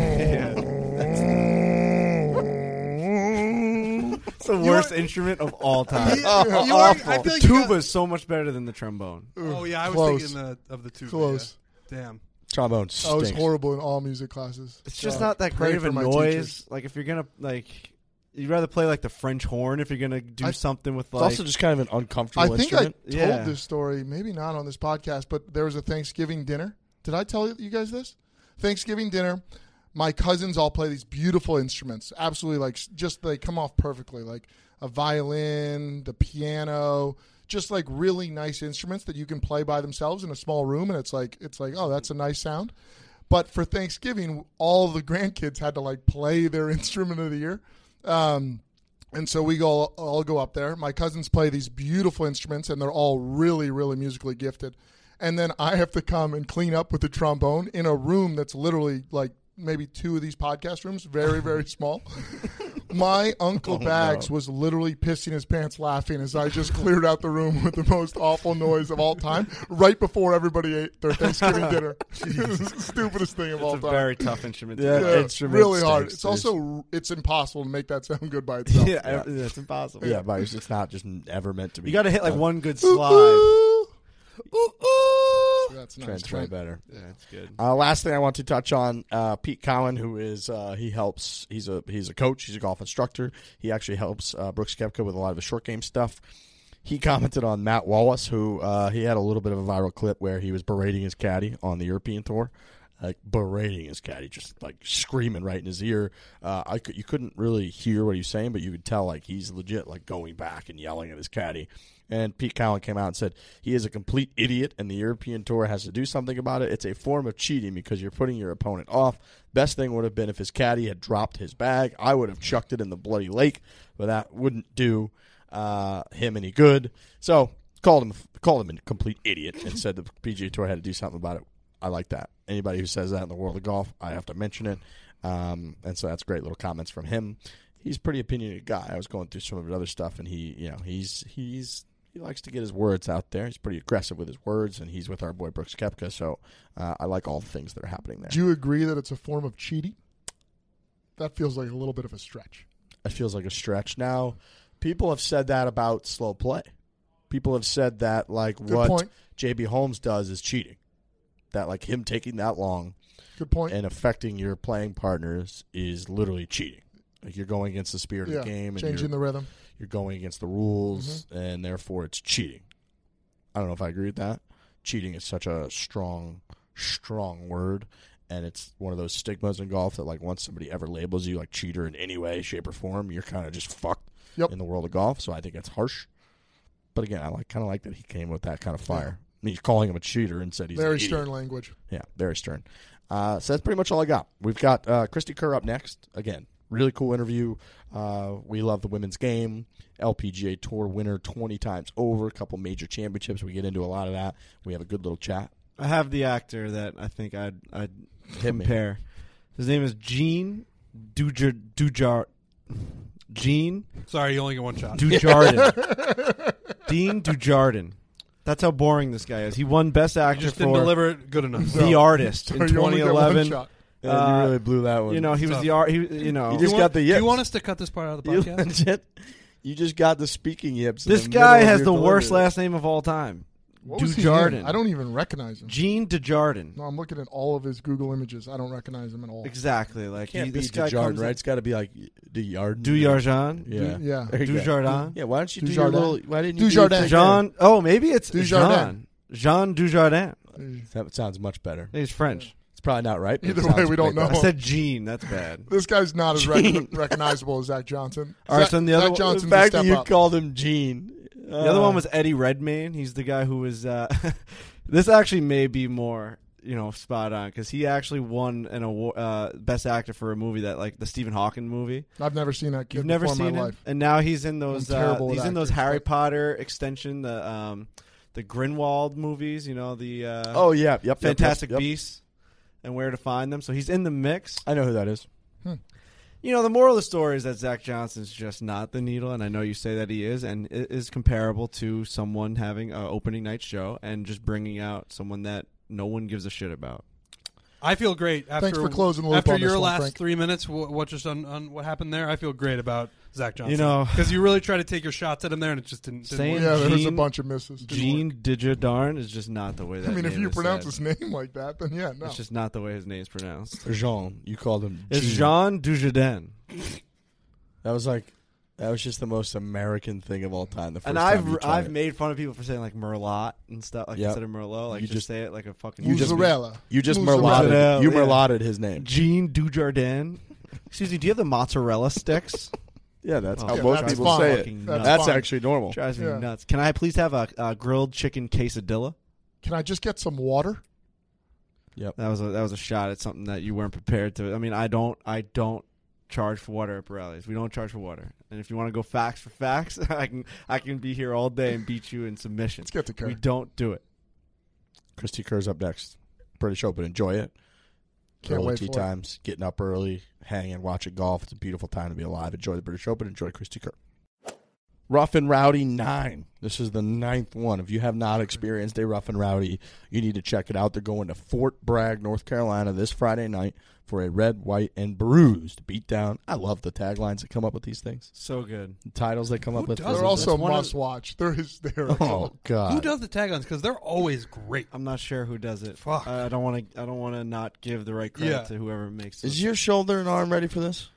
It's the worst instrument of all time.
Yeah, you are- I feel like you
Tuba
got-
is so much better than the trombone.
Oh yeah, I was
Close.
thinking the, of the tuba.
Close.
yeah. Damn.
Oh,
Trombone
I was
stinks.
horrible in all music classes.
It's just
So I
not that
prayed
great of
for
a
my
noise.
teachers.
Like if you're gonna like, you'd rather play like the French horn if you're gonna do
I-
something with
It's
like.
also just kind of an uncomfortable
I think I
instrument.
told
Yeah.
this story, maybe not on this podcast, but there was a Thanksgiving dinner. Did I tell you guys this? Thanksgiving dinner, my cousins all play these beautiful instruments. Absolutely, like just they come off perfectly, like a violin, the piano, just like really nice instruments that you can play by themselves in a small room, and it's like it's like oh, that's a nice sound. But for Thanksgiving, all the grandkids had to like play their instrument of the year. Um, and so we go all go up there. My cousins play these beautiful instruments, and they're all really, really musically gifted. And then I have to come and clean up with the trombone in a room that's literally like maybe two of these podcast rooms, very, very small. My uncle Bags was literally pissing his pants laughing as I just cleared out the room with the most awful noise of all time, right before everybody ate their Thanksgiving dinner. it was the stupidest thing of all
it's a
time.
very tough instrument. to
Yeah,
play.
Yeah,
instrument
really hard.
stinks.
It's
There's-
also it's impossible to make that sound good by itself.
yeah, ev- yeah, it's impossible.
yeah, but it's just not just ever meant to be.
you got to hit like one good
Ooh,
slide.
ooh.
Ooh, ooh.
Yeah, That's nice,
Trent's way
Trent.
better.
Yeah, that's good.
Uh, last thing I want to touch on uh, Pete Cowan, who is uh, he helps. He's a he's a coach. He's a golf instructor. He actually helps uh, Brooks Koepka with a lot of his short game stuff. He commented on Matt Wallace, who uh, he had a little bit of a viral clip where he was berating his caddy on the European tour, like berating his caddy, just like screaming right in his ear. Uh, I could, you couldn't really hear what he was saying, but you could tell like he's legit like going back and yelling at his caddy. And Pete Cowan came out and said he is a complete idiot, and the European Tour has to do something about it. It's a form of cheating because you're putting your opponent off. Best thing would have been if his caddy had dropped his bag. I would have chucked it in the bloody lake, but that wouldn't do uh, him any good. So called him called him a complete idiot and said the PGA Tour had to do something about it. I like that. Anybody who says that in the world of golf, I have to mention it. Um, and so that's great little comments from him. He's a pretty opinionated guy. I was going through some of his other stuff, and he, you know, he's he's he likes to get his words out there. He's pretty aggressive with his words, and he's with our boy Brooks Kepka. So uh, I like all the things that are happening there.
Do you agree that it's a form of cheating? That feels like a little bit of a stretch.
It feels like a stretch. Now, people have said that about slow play. People have said that like
Good
what
point.
JB Holmes does is cheating. That like him taking that long
Good point.
and affecting your playing partners is literally cheating. Like you're going against the spirit
Yeah,
of the game and
changing
you're-
the rhythm.
You're going against the rules
Mm-hmm.
and therefore it's cheating. I don't know if I agree with that. Cheating is such a strong strong word and it's one of those stigmas in golf that like once somebody ever labels you like cheater in any way, shape or form, you're kind of just fucked
Yep.
in the world of golf, so I think it's harsh. But again, I like kind of like that he came with that kind of fire. I mean, he's calling him a cheater and said he's an
Very
idiot.
stern language.
Yeah, very stern. Uh, so that's pretty much all I got. We've got uh, Christy Kerr up next. Again, really cool interview. Uh, we love the women's game. LPGA Tour winner 20 times over, a couple major championships. We get into a lot of that. We have a good little chat.
I have the actor that I think I'd I'd
Hit me.
compare. His name is Gene Dujar Dujar Gene
Sorry, you only get one shot.
Dujardin. Dean Dujardin. That's how boring this guy is. He won Best Actor
You just
for
didn't deliver it good enough.
The Artist in
Sorry, you only get one
2011.
shot.
Uh,
you really blew that one.
You know, he was
Tough.
the art. He, you know,
You just
want-
got the
do
yips.
you want us to cut this part out of the
you
podcast?
legit, you just got the speaking yips. in
this
the
guy
middle of
has
your
the worst
delivery.
last name of all time.
What was he in?
Dujardin.
I don't even recognize him.
Gene Dujardin.
No, I'm looking at all of his Google images. I don't recognize him at all.
Exactly. Like
Can't
he,
be
this guy
Dujardin,
comes
right? It's got to be like Dujardin.
Dujardin.
Yeah.
Du- yeah.
There you go.
Dujardin.
Yeah, why don't you
Dujardin.
do your little... Why didn't you Do
Dujardin.
your thing?
Jean. Oh, maybe it's
Dujardin.
Jean. Jean Dujardin.
That sounds much better.
He's French.
It's probably not right. but it
Either
sounds
way, we don't
way
know.
better.
I said Gene. That's bad.
This guy's not as rec- recognizable as Zach Johnson.
All right,
Zach,
so then the other
Zach
one-
The
Johnson's a
fact
step
that you
up.
called him Gene. Uh,
The other
Uh.
one was Eddie Redmayne. He's the guy who was. Uh, this actually may be more you know spot on because he actually won an award uh, best actor for a movie that like the Stephen Hawking movie.
I've never seen that kid
You've never
before
seen
in my
him,
life.
and now he's in those.
I'm
Uh,
terrible
he's
with
in those
actors,
Harry
but-
Potter extension, the um, the Grinwald movies. You know the uh,
Oh yeah, yep, yep.
Fantastic
yep, yep.
Beasts and Where to Find Them. So he's in the mix.
I know who that is.
You know, the moral of the story is that Zach Johnson's just not the needle, and I know you say that he is, and it is comparable to someone having an opening night show and just bringing out someone that no one gives a shit about.
I feel great after
for closing the loop
after
on this
your
one,
last
Frank.
three minutes. What, what just on, on what happened there? I feel great about Zach Johnson.
know-
because you really tried to take your shots at him there, and it just didn't. didn't
Saying-
work.
Yeah, there was a
Gene-
bunch of misses. Didn't
Gene
work.
Digidarn is just not the way that.
I mean, if
name
you
is
pronounce
said.
his name like that, then yeah, no.
it's just not the way his name's pronounced.
Jean. You called him.
It's
Gene.
Jean Dujardin,
That was like, that was just the most American thing of all time. The first
and
time
I've
you tried
I've
it.
made fun of people for saying like Merlot and stuff like
Yep.
instead of Merlot, like
You
just,
just-
say it like a fucking.
you just
Mozzarella.
you just
Mozzarella.
merlotted you
Yeah.
merlotted his name.
Gene Dujardin. Excuse me, do you have the mozzarella sticks?
Yeah, that's
Oh,
how
yeah,
most
that's
people
fine.
say
Fucking
it.
nuts.
That's,
Fine.
actually normal.
Drives me
Yeah.
nuts. Can I please have a, a grilled chicken quesadilla?
Can I just get some water?
Yep.
That was a, that was a shot at something that you weren't prepared to. I mean, I don't I don't charge for water at Pirelli's. We don't charge for water. And if you want to go facts for facts, I can I can be here all day and beat you in submission.
Let's get to Kerr.
We don't do it.
Christy Kerr's up next. Pretty sure, but enjoy it.
Can't
early
wait
tea
for it.
times, getting up early, hanging, watching golf. It's a beautiful time to be alive. Enjoy the British Open. Enjoy Christy Kerr. Rough and Rowdy 9. This is the ninth one. If you have not experienced a Rough and Rowdy, you need to check it out. They're going to Fort Bragg, North Carolina this Friday night for a red, white, and bruised beatdown. I love the taglines that come up with these things.
So good.
The titles that come up with
They're also must watch. There is there.
Oh, God.
Who does the taglines? Because they're always great.
I'm not sure who does it.
Fuck.
I I don't want to. I don't want to not give the right credit
Yeah.
to whoever makes it.
Is your shoulder and arm ready for this?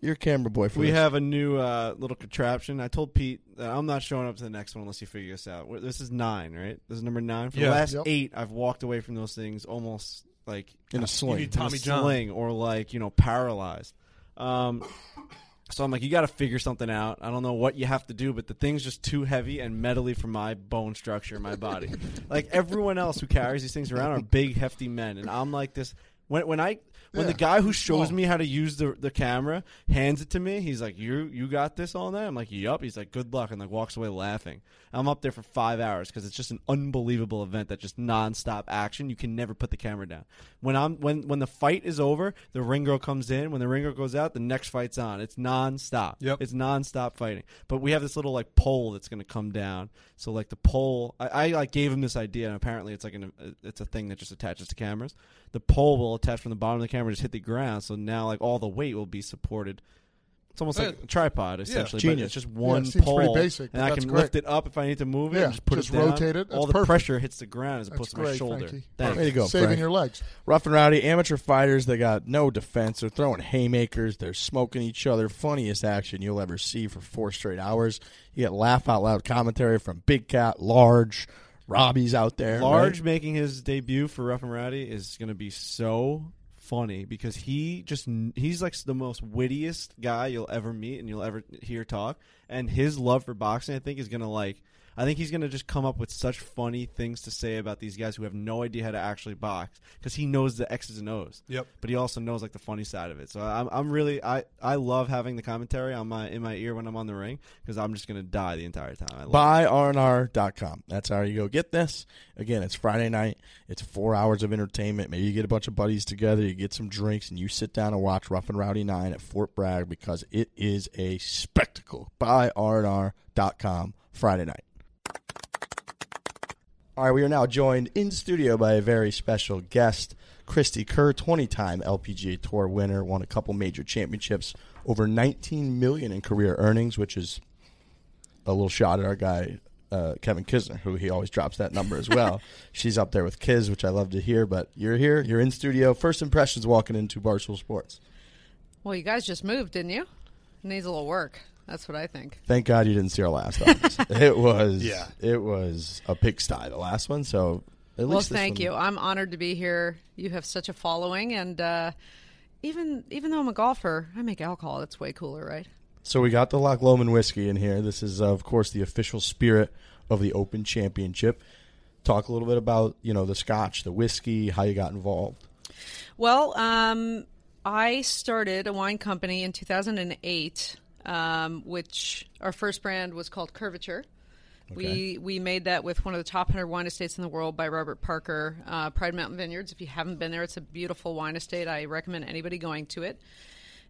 Your camera boy for
We
this.
have a new uh, little contraption. I told Pete that I'm not showing up to the next one unless you figure this out. Wait, This is nine, right? This is number nine. For
Yeah.
the last
Yep.
eight, I've walked away from those things almost like
in a sling.
need Tommy
in a
John.
sling or like you know paralyzed. Um, so I'm like, you got to figure something out. I don't know what you have to do, but the thing's just too heavy and metally for my bone structure, my body. like everyone else who carries these things around are big, hefty men, and I'm like this. When when I when the
Yeah,
guy who
he's
shows
small.
me how to use the the camera hands it to me, he's like, "You you got this all night." I'm like, "Yup." He's like, "Good luck," and like walks away laughing. I'm up there for five hours because it's just an unbelievable event that just nonstop action. You can never put the camera down. When I'm when when the fight is over, the ring girl comes in. When the ring girl goes out, the next fight's on. It's nonstop.
Yep.
It's nonstop fighting. But we have this little like pole that's going to come down. So like the pole, I, I like gave him this idea, and apparently it's like an uh, it's a thing that just attaches to cameras. The pole will attach from the bottom of the camera, just hit the ground. So now like all the weight will be supported. It's almost like
Yeah.
a tripod, essentially. But
Genius.
it's just one
it seems pretty
pole,
basic,
and
but
I
that's
can
great.
lift it up if I need to move it.
Yeah,
and just put
just
it down.
rotate it. That's
All the
perfect.
pressure hits the ground as
That's
opposed to my
great,
shoulder.
Frankie.
Thanks.
Way to go,
Saving
Frank.
your legs.
Rough and rowdy amateur fighters. They got no defense. They're throwing haymakers. They're smoking each other. Funniest action you'll ever see for four straight hours. You get laugh out loud commentary from Big Cat, Large, Robbie's out there.
Large
right?
making his debut for Rough and Rowdy is going to be so funny because he just he's like the most wittiest guy you'll ever meet and you'll ever hear talk and his love for boxing I think is going to like I think he's going to just come up with such funny things to say about these guys who have no idea how to actually box because he knows the X's and O's.
Yep.
But he also knows like the funny side of it. So I'm, I'm really I, I love having the commentary on my in my ear when I'm on the ring because I'm just going to die the entire time. I love
buyrnr.com. That's how you go get this. Again, it's Friday night. It's four hours of entertainment. Maybe you get a bunch of buddies together, you get some drinks, and you sit down and watch Rough and Rowdy 9 at Fort Bragg because it is a spectacle. Buyrnr.com Friday night. All right, we are now joined in studio by a very special guest, Christy Kerr, 20-time LPGA Tour winner, won a couple major championships, over 19 million in career earnings, which is a little shot at our guy uh, Kevin Kisner, who he always drops that number as well. She's up there with Kiz, which I love to hear. But you're here, you're in studio. First impressions walking into Barstool Sports.
Well, you guys just moved, didn't you? Needs a little work. That's what I think.
Thank God you didn't see our last office. it was yeah. it was a pigsty the last one. So at
Well,
least this
thank
one-
you. I'm honored to be here. You have such a following, and uh, even even though I'm a golfer, I make alcohol. That's way cooler, right?
So we got the Loch Lomond whiskey in here. This is, of course, the official spirit of the Open Championship. Talk a little bit about you know the Scotch, the whiskey, how you got involved.
Well, um, I started a wine company in 2008, um, which our first brand was called Curvature. We we made that with one of the top 100 wine estates in the world by Robert Parker, uh, Pride Mountain Vineyards. If you haven't been there, it's a beautiful wine estate. I recommend anybody going to it.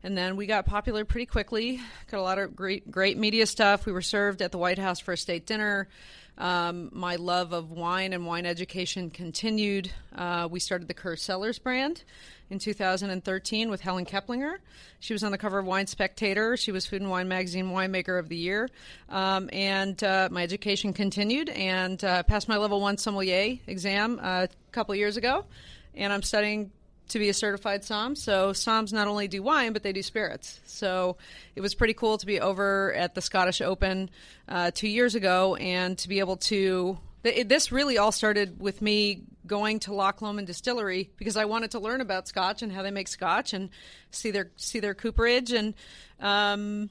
And then we got popular pretty quickly. Got a lot of great, great media stuff. We were served at the White House for a state dinner. Um, my love of wine and wine education continued. Uh, we started the Kerr Sellers brand in 2013 with Helen Keplinger. She was on the cover of Wine Spectator. She was Food and Wine Magazine Winemaker of the Year. Um, and uh, my education continued and uh, passed my level one sommelier exam uh, a couple years ago. And I'm studying to be a certified som. So soms not only do wine, but they do spirits. So it was pretty cool to be over at the Scottish Open uh, two years ago and to be able to. th- it- This really all started with me going to Loch Lomond Distillery because I wanted to learn about Scotch and how they make Scotch and see their see their cooperage and um,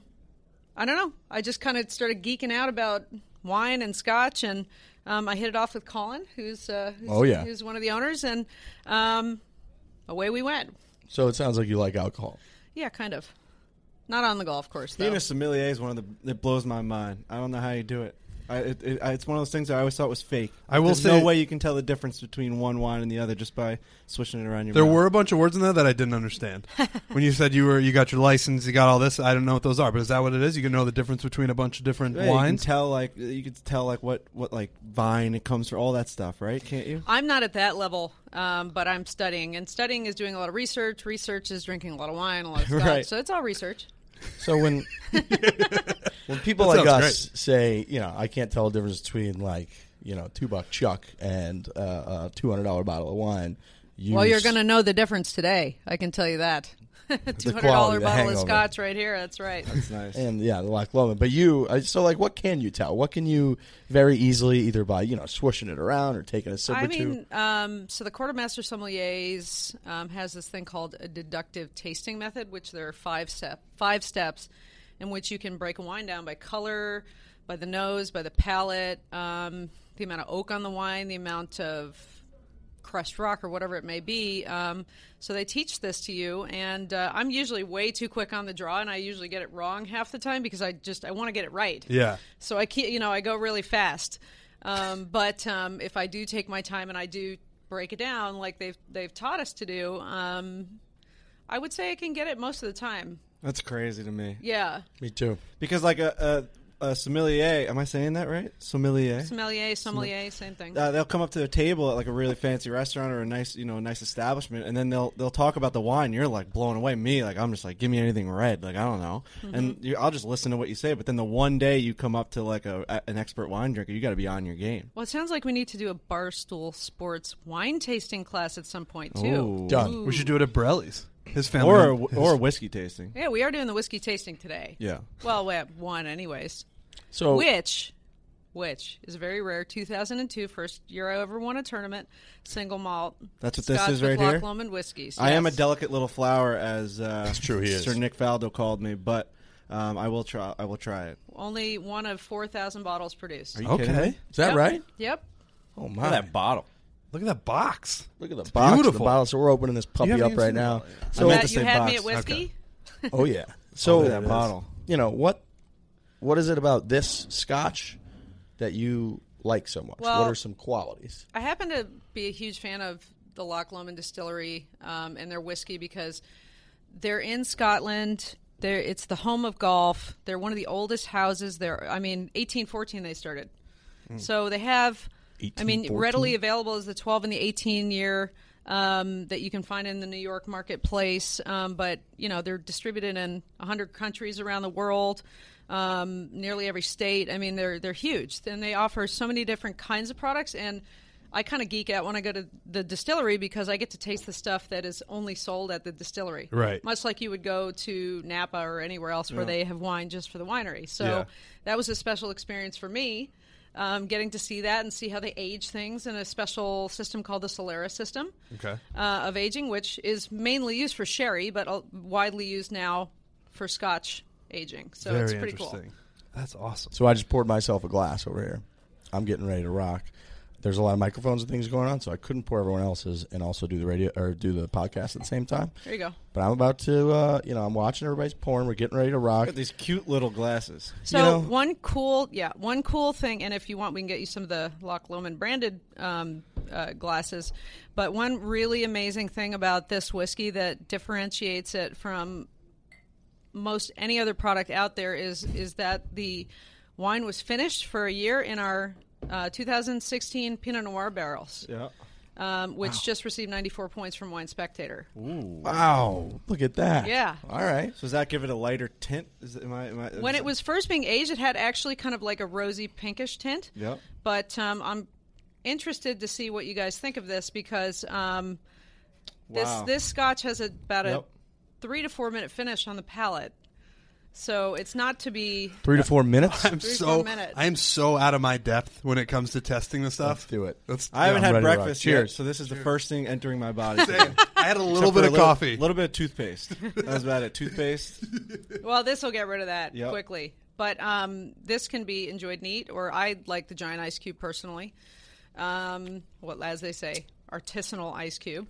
I don't know. I just kind of started geeking out about wine and Scotch and um, I hit it off with Colin, who's, uh, who's
Oh, yeah.
who's one of the owners, and um, away we went.
So it sounds like you like alcohol.
Yeah, kind of. Not on the golf course, though.
Being a sommelier is one of the that blows my mind. I don't know how you do it. I, it, it, I- it's one of those things that I always thought was fake.
I will
There's
say-
no way you can tell the difference between one wine and the other just by switching it around your.
There
mouth.
were a bunch of words in there that I didn't understand. when you said you were you got your license, you got all this, I don't know what those are, but is that what it is? You can know the difference between a bunch of different
Yeah, You
wines?
can tell like you can tell like what what like vine it comes from, all that stuff, right? Can't you?
I'm not at that level, um, but I'm studying, and studying is doing a lot of research. Research is drinking a lot of wine, a lot of scotch.
Right.
So it's all research.
So when when people
That
like
sounds
us say, you know, I can't tell the difference between like you know two buck chuck and uh, a two hundred dollar bottle of wine. You
Well, you're
s-
going to know the difference today. I can tell you that. Two hundred
quality,
dollar
the
bottle
hangover.
of scotch right here. That's right.
And yeah, the Loch Lomond. But you, I- so like, what can you tell? What can you very easily, either by you know swooshing it around or taking a sip
I
or two?
mean, um, so the quartermaster sommeliers um, has this thing called a deductive tasting method, which there are five step five steps in which you can break a wine down by color, by the nose, by the palate, um, the amount of oak on the wine, the amount of crushed rock or whatever it may be. Um, so they teach this to you, and uh, I'm usually way too quick on the draw, and I usually get it wrong half the time because I just I want to get it right.
Yeah.
So I can't, you know, I go really fast. Um, but um, if I do take my time and I do break it down like they've they've taught us to do, um, I would say I can get it most of the time.
That's crazy to me.
Yeah.
Me too.
Because like a, a, a sommelier, am I saying that right? Sommelier.
Sommelier, sommelier, same thing.
Uh, they'll come up to a table at like a really fancy restaurant or a nice, you know, a nice establishment, and then they'll they'll talk about the wine. You're like blown away. Me, like I'm just like, give me anything red. Like I don't know,
Mm-hmm.
and you, I'll just listen to what you say. But then the one day you come up to like a, a- an expert wine drinker, you got to be on your game.
well, it sounds like we need to do a barstool sports wine tasting class at some point too.
Ooh.
We should do it at Borelli's. His family
or a,
his-
or a whiskey tasting.
Yeah, we are doing the whiskey tasting today.
Yeah.
Well, we have one, anyways.
So-
which, which is very rare. 2002, first year I ever won a tournament, single malt.
That's what this
Scotch
is
with
right
Loch
here?
Lomond whiskeys.
I am a
yes.
delicate little flower, as uh,
That's true, he is.
Sir Nick Faldo called me, but um, I will try. I will try it.
Only one of 4,000 bottles produced.
Are you kidding me?
Is that
Yep.
right?
Yep.
Oh
Look at that
bottle.
Look at that box.
Look at the
It's
box.
Beautiful.
The bottle. So we're opening this puppy
haven't
up
even
right
seen
now.
it yet.
So
Matt, you had me at whiskey.
oh yeah. So
Oh, there it is. bottle.
You know what? What is it about this Scotch that you like so much?
Well-
what are some qualities?
I happen to be a huge fan of the Loch Lomond Distillery um, and their whiskey because they're in Scotland. They're, it's the home of golf. They're one of the oldest houses there. I mean, 1814 they started.
Hmm.
So they have, I mean,
1814?
readily available is the 12 and the 18 year um, that you can find in the New York marketplace. Um, but, you know, they're distributed in 100 countries around the world, um, nearly every state. I mean, they're, they're huge. And they offer so many different kinds of products. And I kind of geek out when I go to the distillery because I get to taste the stuff that is only sold at the distillery.
Right.
Much like you would go to Napa or anywhere else where
Yeah.
they have wine just for the winery. So
Yeah.
that was a special experience for me, um, getting to see that and see how they age things in a special system called the Solera system
Okay.
uh, of aging, which is mainly used for sherry, but uh, widely used now for Scotch aging. So it's
Very
pretty cool.
interesting. That's awesome.
So I just poured myself a glass over here. I'm getting ready to rock. There's a lot of microphones and things going on, so I couldn't pour everyone else's and also do the radio or do the podcast at the same time.
There you go.
But I'm about to, uh, you know, I'm watching everybody's pouring. We're getting ready to rock.
Look at these cute little glasses.
So
You know-
one cool, yeah, one cool thing, and if you want, we can get you some of the Loch Lomond branded um, uh, glasses. But one really amazing thing about this whiskey that differentiates it from most any other product out there is is that the wine was finished for a year in our uh, 2016 Pinot Noir barrels,
Yeah.
um, which just received 94 points from Wine Spectator.
Wow! Look at that.
Yeah.
All right.
So does that give it a lighter tint? Is it, am I, am I,
When
is
it was first being aged, it had actually kind of like a rosy pinkish tint.
Yep.
But um, I'm interested to see what you guys think of this because um,
Wow.
this this scotch has about a
Yep.
three to four minute finish on the palate, so it's not to be
Three to four minutes.
I'm
Three,
so
four minutes.
I am so out of my depth when it comes to testing this stuff. Let's
do it.
Let's,
I haven't
yeah, I'm
had
ready to rock.
breakfast
Cheers.
yet, so this is the first thing entering my body.
Same. I had a little
Except
bit
for
of coffee.
a little bit of toothpaste. That was about it. Toothpaste.
well. This will get rid of that
Yep.
quickly. But um, this can be enjoyed neat, or I like the giant ice cube personally. Um, what as they say, artisanal ice cube.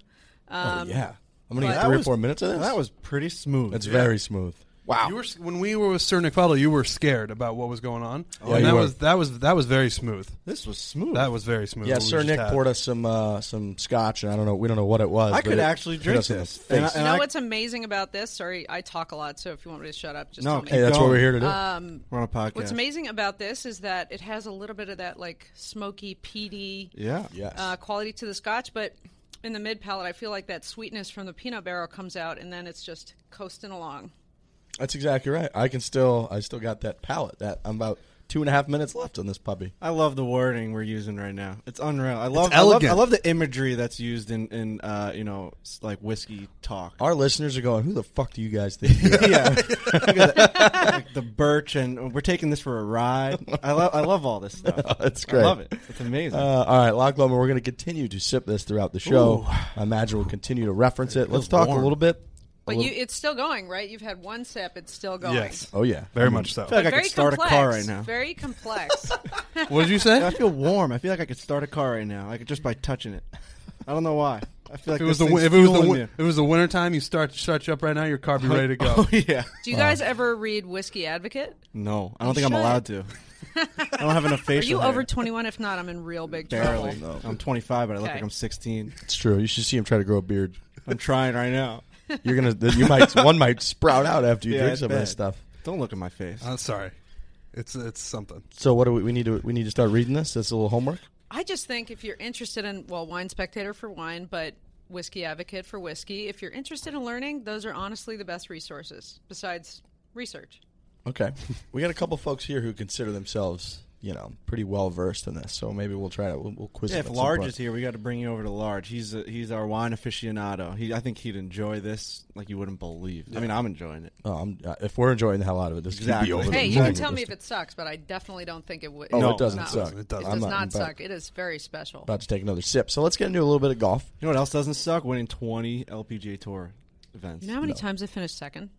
Um,
oh yeah. I'm gonna
but-
get three or four minutes of this.
That was pretty smooth.
It's very smooth. Wow.
You were, when we were with Sir Nick Fowler, you were scared about what was going on.
Yeah,
and
you
that
were.
was that was that was very smooth.
This was smooth.
That was very smooth.
Yeah,
what we
Sir
just
Nick
had.
poured us some uh, some scotch, and I don't know, we don't know what it was.
I
but
could
it
actually
hit
drink
us in the
this.
face.
And I-
you know what's amazing about this? Sorry, I talk a lot, so if you want me to shut up, just
No,
tell me.
keep Hey, that's what going. we're here to do.
Um,
We're on a podcast.
What's amazing about this is that it has a little bit of that like smoky, peaty,
Yeah. Yes.
uh, quality to the Scotch, but in the mid palate, I feel like that sweetness from the Pinot Barrel comes out, and then it's just coasting along.
That's exactly right. I can still, I still got that palate. That I'm about two and a half minutes left on this puppy.
I love the wording we're using right now. It's unreal. I
It's
love, I love I
elegant.
love the imagery that's used in in uh, you know s- like whiskey talk.
Our listeners are going, "Who the fuck do you guys think?" you are?"
yeah, Look at that. Like the birch, and we're taking this for a ride. I love, I love all this stuff.
That's great.
I love it. It's amazing.
Uh, all right, Loch Lomond, we're going to continue to sip this throughout the show.
Ooh.
I imagine we'll continue to reference it. Let's talk
warm.
a little bit. a
But
little-
you, it's still going, right? You've had one sip; it's still going.
Oh yeah.
Very much so. I
feel like
But
I
very
could start
complex,
a car right now.
Very complex.
What did you say?
I feel warm. I feel like I could start a car right now. I could just by touching it. I don't know why. I feel like
If it was the
this
win- if
thing's
it was the
fueling
win-
you.
if it was the winter time, you start start you up right now. Your car be ready to go.
Oh, yeah.
Do you guys ever read Whiskey Advocate?
No, I
You
don't think
should.
I'm allowed to. I don't have enough
Are
facial
you
hair.
over 21? If not, I'm in real big trouble.
Barely. I'm 25, but I look
Okay.
like I'm 16.
It's true. You should see him try to grow a beard.
I'm trying right now.
You're gonna. th- You might. One might sprout out after you
Yeah,
drink
it's
some of this
bad.
stuff.
Don't look at my face.
I'm sorry. It's it's something.
So what do we, we need to? We need to start reading this. That's a little homework.
I just think if you're interested in, well, Wine Spectator for wine, but Whiskey Advocate for whiskey, if you're interested in learning, those are honestly the best resources besides research.
Okay. we got a couple folks here who consider themselves, you know, pretty well versed in this. So maybe we'll try to we'll, we'll quiz.
Yeah,
them
if
at some
Large
point.
is here, we got to bring you over to Large. He's a, he's our wine aficionado. He, I think he'd enjoy this like you wouldn't believe. I mean, I'm enjoying it.
Oh, I'm, uh, if we're enjoying the hell out of it, this
Exactly.
could be over the
Hey, you
moon
can
with
tell
this
me if it sucks, but I definitely don't think it would.
Oh,
no,
it doesn't
not.
suck.
It
It
does
doesn't. I'm
not,
not- in fact-
suck. It is very special.
About to take another sip. So let's get into a little bit of golf.
You know what else doesn't suck? Winning 20 LPGA Tour events.
You know how many times I finished second?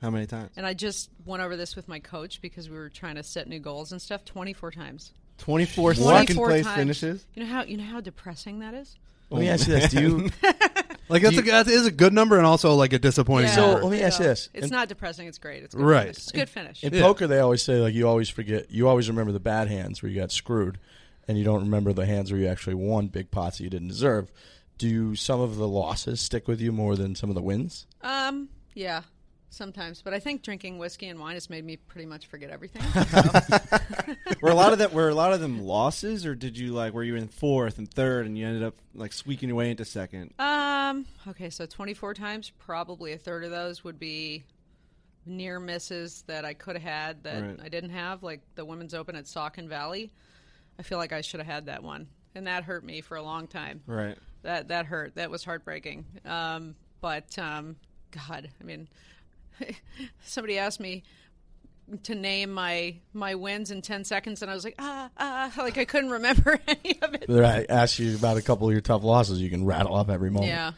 How many times?
And I just went over this with my coach because we were trying to set new goals and stuff. Twenty-four times.
24 second
24
place
times.
finishes.
You know how you know how depressing that is.
Let me ask you this: Do you?
Like that's a, that is a good number and also like a disappointing
Yeah.
number.
So Oh, let me ask you this:
It's
In-
not depressing. It's great. It's a good
Right.
Finish. It's a good finish.
In poker, they always say like you always forget, you always remember the bad hands where you got screwed, and you don't remember the hands where you actually won big pots that you didn't deserve. Do some of the losses stick with you more than some of the wins?
Um, yeah, sometimes. But I think drinking whiskey and wine has made me pretty much forget everything. so.
were a lot of that were a lot of them losses or did you like were you in fourth and third and you ended up like squeaking your way into second?
um, okay, so 24 times, probably a third of those would be near misses that I could have had that
Right.
I didn't have, like the Women's Open at Saucon Valley. I feel like I should have had that one, and that hurt me for a long time.
Right.
That that hurt. That was heartbreaking. Um, but um, God, I mean, somebody asked me to name my my wins in ten seconds, and I was like, ah, ah, like I couldn't remember any of it.
I asked you about a couple of your tough losses. You can rattle off every moment.
Yeah.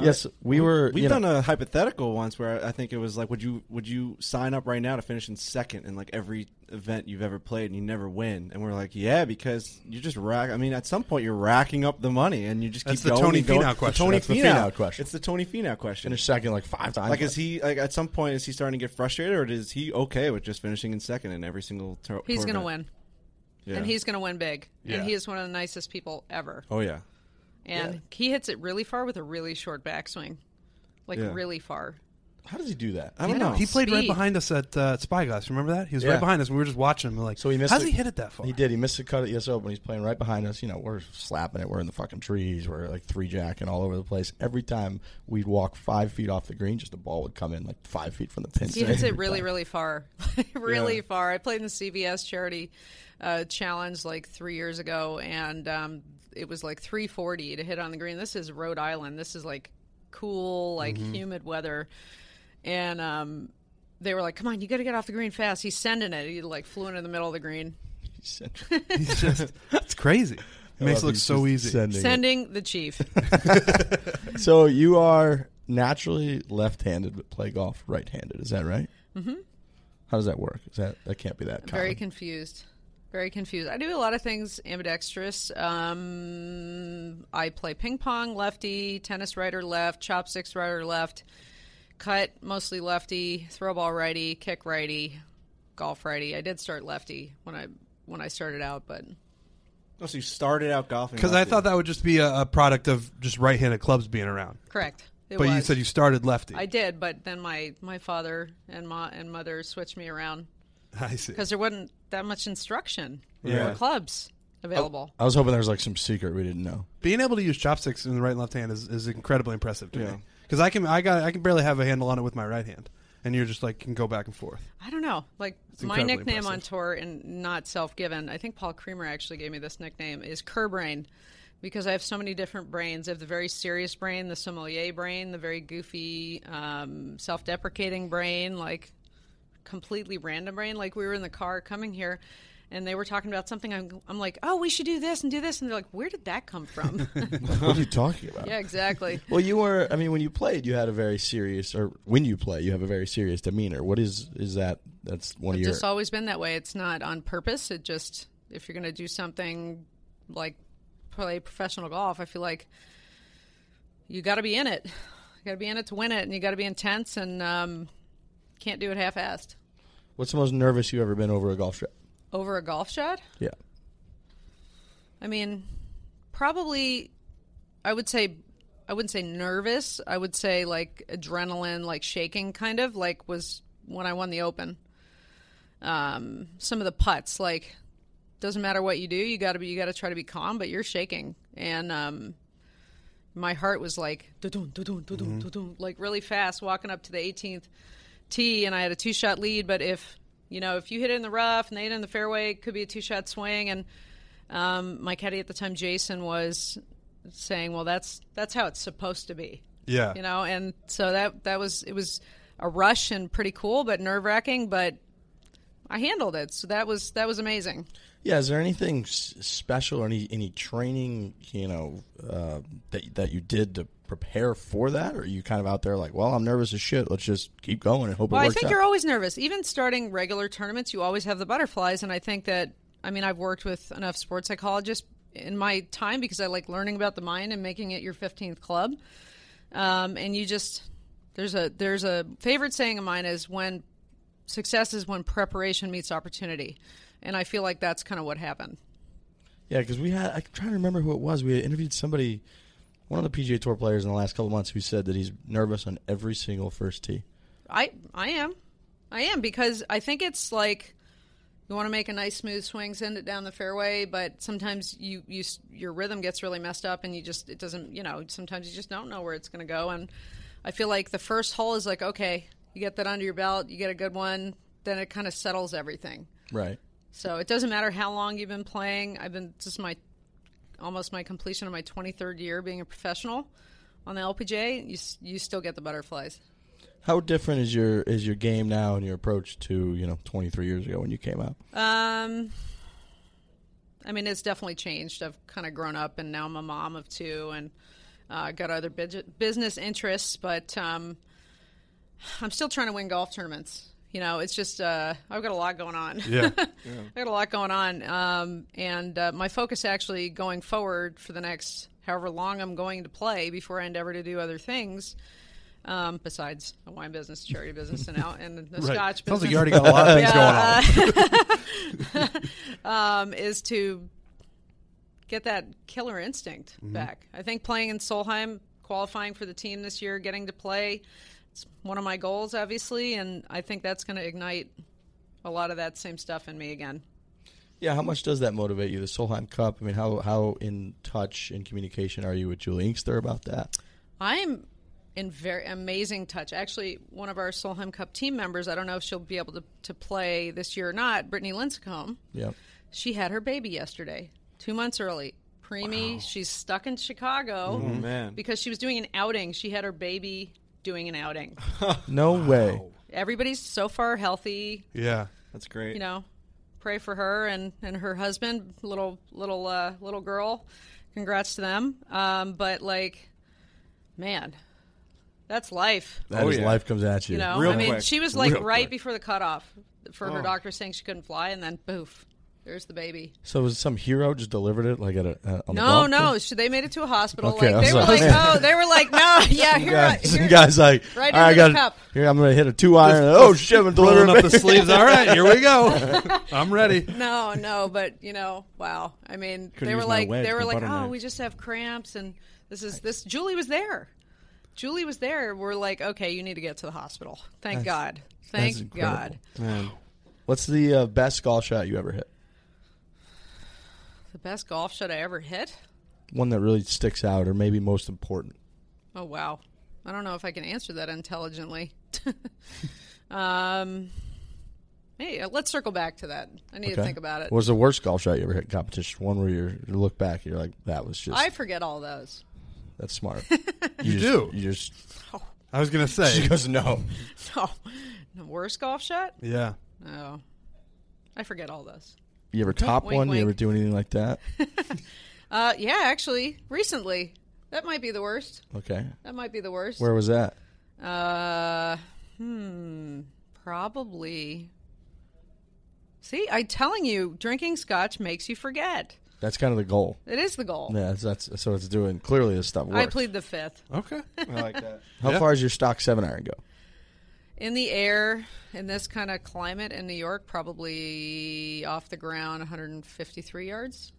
Yes, we were.
We've
you know-
done a hypothetical once where I think it was like, would you would you sign up right now to finish in second in like every event you've ever played and you never win? And we're like, yeah, because you just rack. I mean, at some point you're racking up the money and you just
That's
keep
the
going.
Tony
and going.
Finau question.
The Tony
That's the
Finau.
Finau question.
It's the Tony Finau question.
finished second like five times.
Like, is he like at some point is he starting to get frustrated or is he okay with just finishing in second in every single tour?
He's
tour
gonna
event?
win,
Yeah.
and he's gonna win big,
Yeah.
and he is one of the nicest people ever.
Oh yeah.
And he hits it really far with a really short backswing, like
Yeah.
really far.
How does he do that?
I don't know.
He played right
Speed.
behind us at uh, Spyglass. Remember that? He was
Yeah.
right behind us. and We were just watching him. Like,
So he missed.
How's
the-
he hit it that far?
He did. He missed the cut at the US Open. He's playing right behind us. You know, we're slapping it. We're in the fucking trees. We're like three jacking all over the place. Every time we'd walk five feet off the green, just the ball would come in like five feet from the pin.
He hits it really, really far, really
Yeah.
far. I played in the CVS charity uh, challenge like three years ago, and um, it was like 340 to hit on the green. This is Rhode Island. This is like cool, like
Mm-hmm.
Mhm.
humid weather, and um, they were like, "Come on, you got to get off the green fast." He's sending it. He like flew into the middle of the green,
He's just. That's crazy. It makes it look so easy.
Sending. it.
sending the chief.
So you are naturally left-handed, but play golf right-handed. Is that right?
hmm
How does that work? Is that that can't be that
I'm
common?
very confused. Very confused. I do a lot of things ambidextrous. Um, I play ping pong lefty, tennis right or left, chopsticks right or left, Cut mostly lefty, throw ball righty, kick righty, golf righty. I did start lefty when I when I started out, but
Oh, so you started out golfing
Because I
lefty.
thought that would just be a, a product of just right-handed clubs being around.
correct. It
but you
was.
said you started lefty.
I did, but then my my father and ma and mother switched me around
I see.
because there wasn't that much instruction
Yeah.
or clubs available.
I was hoping there was like some secret we didn't know.
Being able to use chopsticks in the right and left hand is, is incredibly impressive to me. Because I can I got I can barely have a handle on it with my right hand, and you're just like can go back and forth.
I don't know. Like
It's
my
incredibly
nickname on
impressive.
tour and not self-given. I think Paul Creamer actually gave me this nickname is Kerbrain because I have so many different brains. I have the very serious brain, the sommelier brain, the very goofy, um, self-deprecating brain, like completely random brain. Like we were in the car coming here. And they were talking about something. I'm, I'm like, oh, we should do this and do this. And they're like, where did that come from?
what are you talking about?
yeah, exactly.
Well, you were. I mean, when you played, you had a very serious, or when you play, you have a very serious demeanor. What is is that? That's one of
I've
your.
just always been that way. It's not on purpose. It just if you're going to do something like play professional golf, I feel like you got to be in it. You got to be in it to win it, and you got to be intense and um, can't do it half-assed.
what's the most nervous you've ever been over a golf trip?
Over a golf shot,
Yeah.
I mean, probably I would say I wouldn't say nervous. I would say like adrenaline, like shaking kind of like was when I won the open. Um some of the putts like doesn't matter what you do, you got to be you got to try to be calm, but you're shaking and um my heart was like "Dun-dun, dun-dun, dun-dun,
Mhm.
dun-dun," like really fast walking up to the 18th tee and I had a two-shot lead, but if you know, if you hit it in the rough and they hit it in the fairway, it could be a two-shot swing and um, my caddy at the time, Jason, was saying, "Well, that's that's how it's supposed to be."
Yeah.
you know, and so that that was it was a rush and pretty cool, but nerve wracking. But I handled it, so that was that was amazing.
Yeah. Is there anything s- special or any any training you know uh, that that you did to prepare for that, or are you kind of out there like, well, I'm nervous as shit. Let's just keep going and hope
well,
it
I
works
think
out.
you're always nervous. Even starting regular tournaments, you always have the butterflies. And I think that, I mean, I've worked with enough sports psychologists in my time because I like learning about the mind and making it your 15th club. Um, and you just, there's a, there's a favorite saying of mine is when success is when preparation meets opportunity. And I feel like that's kind of what happened.
Yeah, because we had. I'm trying to remember who it was. We had interviewed somebody, one of the PGA Tour players in the last couple of months, who said that he's nervous on every single first tee.
I I am, I am because I think it's like you want to make a nice smooth swing, send it down the fairway, but sometimes you you s- your rhythm gets really messed up, and you just it doesn't you know sometimes you just don't know where it's going to go, and I feel like the first hole is like okay, you get that under your belt, you get a good one, then it kind of settles everything.
Right.
So it doesn't matter how long you've been playing. I've been this is my almost my completion of my 23rd year being a professional on the LPJ. You s- you still get the butterflies.
How different is your is your game now and your approach to you know 23 years ago when you came out?
Um, I mean, it's definitely changed. I've kind of grown up, and now I'm a mom of two, and uh, got other bid- business interests. But um, I'm still trying to win golf tournaments. You know, it's just uh, I've got a lot going on.
Yeah. Yeah.
I got a lot going on, um, and uh, my focus actually going forward for the next however long I'm going to play before I endeavor to do other things. Um, besides a wine business, charity business, and out and the
Right.
Scotch
Sounds
business.
like you already got a lot of things
going on. um, is to get that killer instinct
Mhm.
back. I think playing in Solheim, qualifying for the team this year, getting to play, it's one of my goals, obviously, and I think that's going to ignite a lot of that same stuff in me again.
Yeah, how much does that motivate you? The Solheim Cup. I mean, how how in touch and communication are you with Julie Inkster about that?
I'm in very amazing touch. Actually, one of our Solheim Cup team members, I don't know if she'll be able to, to play this year or not, Brittany Lincecum,
Yeah.
she had her baby yesterday, two months early. Preemie, she's stuck in Chicago
Oh, man.
because she was doing an outing. She had her baby doing an outing.
No way.
Everybody's so far healthy.
Yeah.
That's great.
You know, pray for her and, and her husband, little little uh, little girl. Congrats to them. Um, but like, man, that's life.
That is life comes at you.
You know,
Real
I mean,
quick.
she was like
Real
right
quick.
before the cutoff for
Oh.
her doctor saying she couldn't fly, and then poof, There's the baby.
So was some hero just delivered it like at a, uh, on a
No,
golf
no.
course?
She, they made it to a hospital.
Okay, I
like, they
was
were
like,
like,
man.
oh, they were like, no, yeah, here,
Guy-
here,
some guy's like,
right
all right, I
under the
got
cup.
here. I'm gonna hit a two iron.
Just-
oh
just
shit! I'm
rolling
delivering
up the sleeves. All right, here we go. I'm ready.
No, no, but you know, wow. I mean,
Could've
they were
used my
like,
wedge,
they were
my
like,
butter
oh,
knife.
we just have cramps, and this is this. Julie was there. Julie was there. We're like, okay, you need to get to the hospital.
That's-
Thank God.
That's
Thank
incredible.
God.
What's the uh, best golf shot you ever hit?
The best golf shot I ever hit.
One that really sticks out, or maybe most important.
Oh wow. I don't know if I can answer that intelligently. um, hey, uh, let's circle back to that. I need to think about it.
What was the worst golf shot you ever hit in competition? One where you're, you look back, and you're like, that was just
I forget all those.
that's smart.
You
just-
do.
You just.
I was gonna say.
She goes no.
No, the worst golf shot.
Yeah.
Oh, I forget all those.
You ever top
Wink,
one? You
wink.
ever do anything like that?
Uh, yeah, actually, recently that might be the worst.
Okay.
That might be the worst.
Where was that?
Uh, hmm, probably. See, I'm telling you, drinking scotch makes you forget.
That's kind of the goal.
It is the goal.
Yeah, that's, that's that's what it's doing. Clearly, this stuff
I
works.
plead the fifth.
Okay,
I like that.
How
Yeah.
far does your stock seven iron go?
In the air, in this kind of climate in New York, probably off the ground, 153 yards.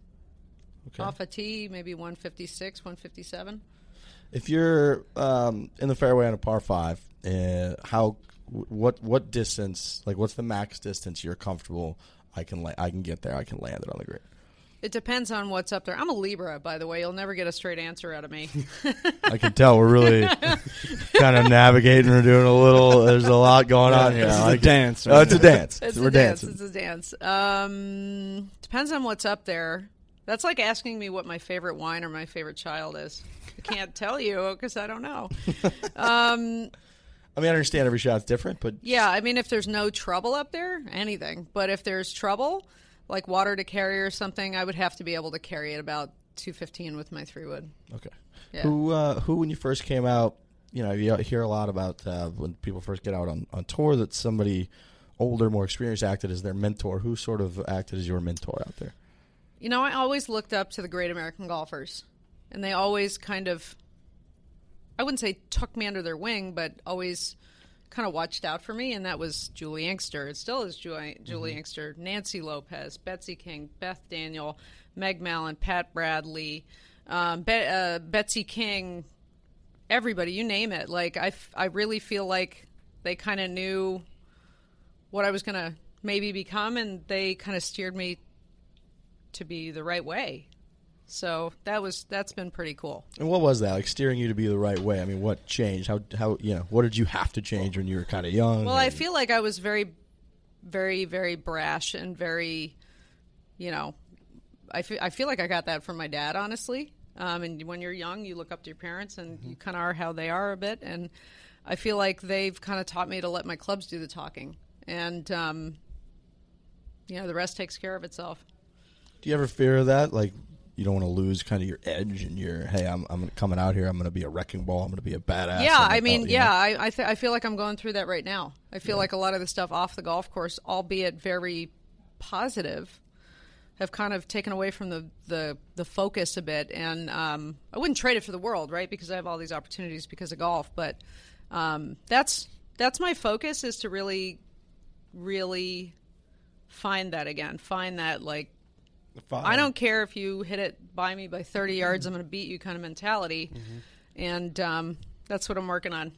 Okay.
Off a tee, maybe 156, 157.
If you're um, in the fairway on a par five, uh, how what what distance? Like, what's the max distance you're comfortable? I can la- I can get there. I can land it on the green.
It depends on what's up there. I'm a Libra, by the way. You'll never get a straight answer out of me.
I can tell Oh, we're really kind of navigating. We're doing a little. There's a lot going on here.
This is a
I like it.
dance
Oh, it's a
right now.
dance.
It's
we're
a dance.
dancing.
It's a dance. Um, depends on what's up there. That's like asking me what my favorite wine or my favorite child is. I can't tell you because I don't know. Um,
I mean, I understand every shot's different, but
yeah, I mean, if there's no trouble up there, anything. But if there's trouble, like water to carry or something, I would have to be able to carry it about 215 with my three wood.
Okay.
Yeah.
Who uh, who when you first came out, you know, you hear a lot about uh, when people first get out on, on tour that somebody older, more experienced acted as their mentor. Who sort of acted as your mentor out there?
You know, I always looked up to the great American golfers, and they always kind of, I wouldn't say took me under their wing, but always kind of watched out for me. And that was Julie Inkster. It still is Julie, Julie Inkster, Nancy Lopez, Betsy King, Beth Daniel, Meg Mallon, Pat Bradley, um, Be- uh, Betsy King, everybody, you name it. Like, I, f- I really feel like they kind of knew what I was going to maybe become, and they kind of steered me to be the right way. So that was that's been pretty cool.
And what was that like steering you to be the right way? I mean, what changed? How how you know what did you have to change when you were kind of young?
Well, I
And-
feel like I was very, very, very brash and very, you know, I feel, I feel like I got that from my dad, honestly. Um, and when you're young, you look up to your parents and you kind of are how they are a bit. And I feel like they've kind of taught me to let my clubs do the talking. And, um, you know, the rest takes care of itself.
do you ever fear that like? You don't want to lose kind of your edge and your hey, I'm I'm coming out here. I'm going to be a wrecking ball. I'm going to be a badass.
Yeah,
I'm
I
about-
mean,
you know?
yeah, I I, th- I feel like I'm going through that right now. I feel like a lot of the stuff off the golf course, albeit very positive, have kind of taken away from the the, the focus a bit. And um, I wouldn't trade it for the world, right? Because I have all these opportunities because of golf. But um, that's that's my focus is to really, really find that again. Find that like I don't care if you hit it by me by 30 yards. I'm going to beat you kind of mentality.
Mm-hmm.
And um, that's what I'm working on.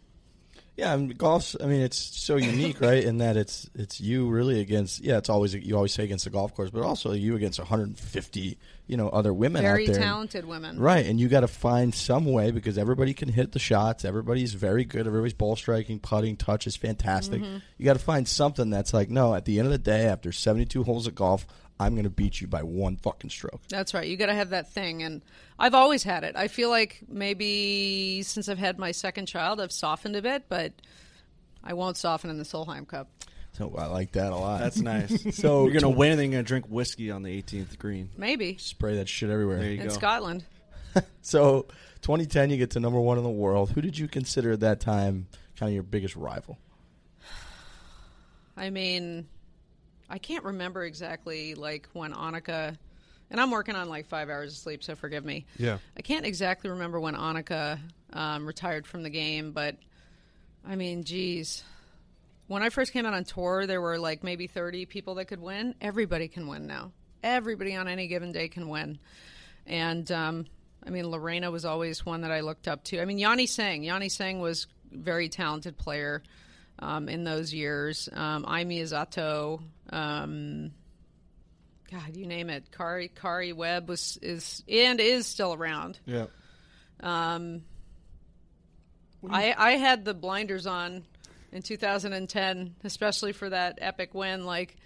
Yeah, I mean, golf's. I mean, it's so unique, right? In that it's it's you really against. Yeah, it's always you always say against the golf course, but also you against 150, you know, other women
Very
out there,
talented women.
right? And you got to find some way because everybody can hit the shots. Everybody's very good. Everybody's ball striking, putting, touch is fantastic.
Mhm.
You got to find something that's like, no, at the end of the day, after 72 holes of golf, I'm going to beat you by one fucking stroke.
That's right. You got to have that thing. And I've always had it. I feel like maybe since I've had my second child, I've softened a bit, but I won't soften in the Solheim Cup.
So I like that a lot.
That's nice.
So
you're gonna win, and then you're gonna drink whiskey on the 18th green.
Maybe.
Spray that shit everywhere.
There you
In Scotland.
So, 2010, you get to number one in the world. Who did you consider at that time kind of your biggest rival?
I mean, I can't remember exactly like when Annika, and I'm working on like five hours of sleep, so forgive me.
Yeah.
I can't exactly remember when Annika um, retired from the game, but I mean, geez. When I first came out on tour, there were like maybe 30 people that could win. Everybody can win now. Everybody on any given day can win. And um, I mean, Lorena was always one that I looked up to. I mean, Yanni Singh. Yanni Singh was very talented player um, in those years. Um, I Miyazato. Um, God, you name it. Kari Kari Webb was is and is still around.
Yeah.
Um, I I had the blinders on in 2010, especially for that epic win. Like,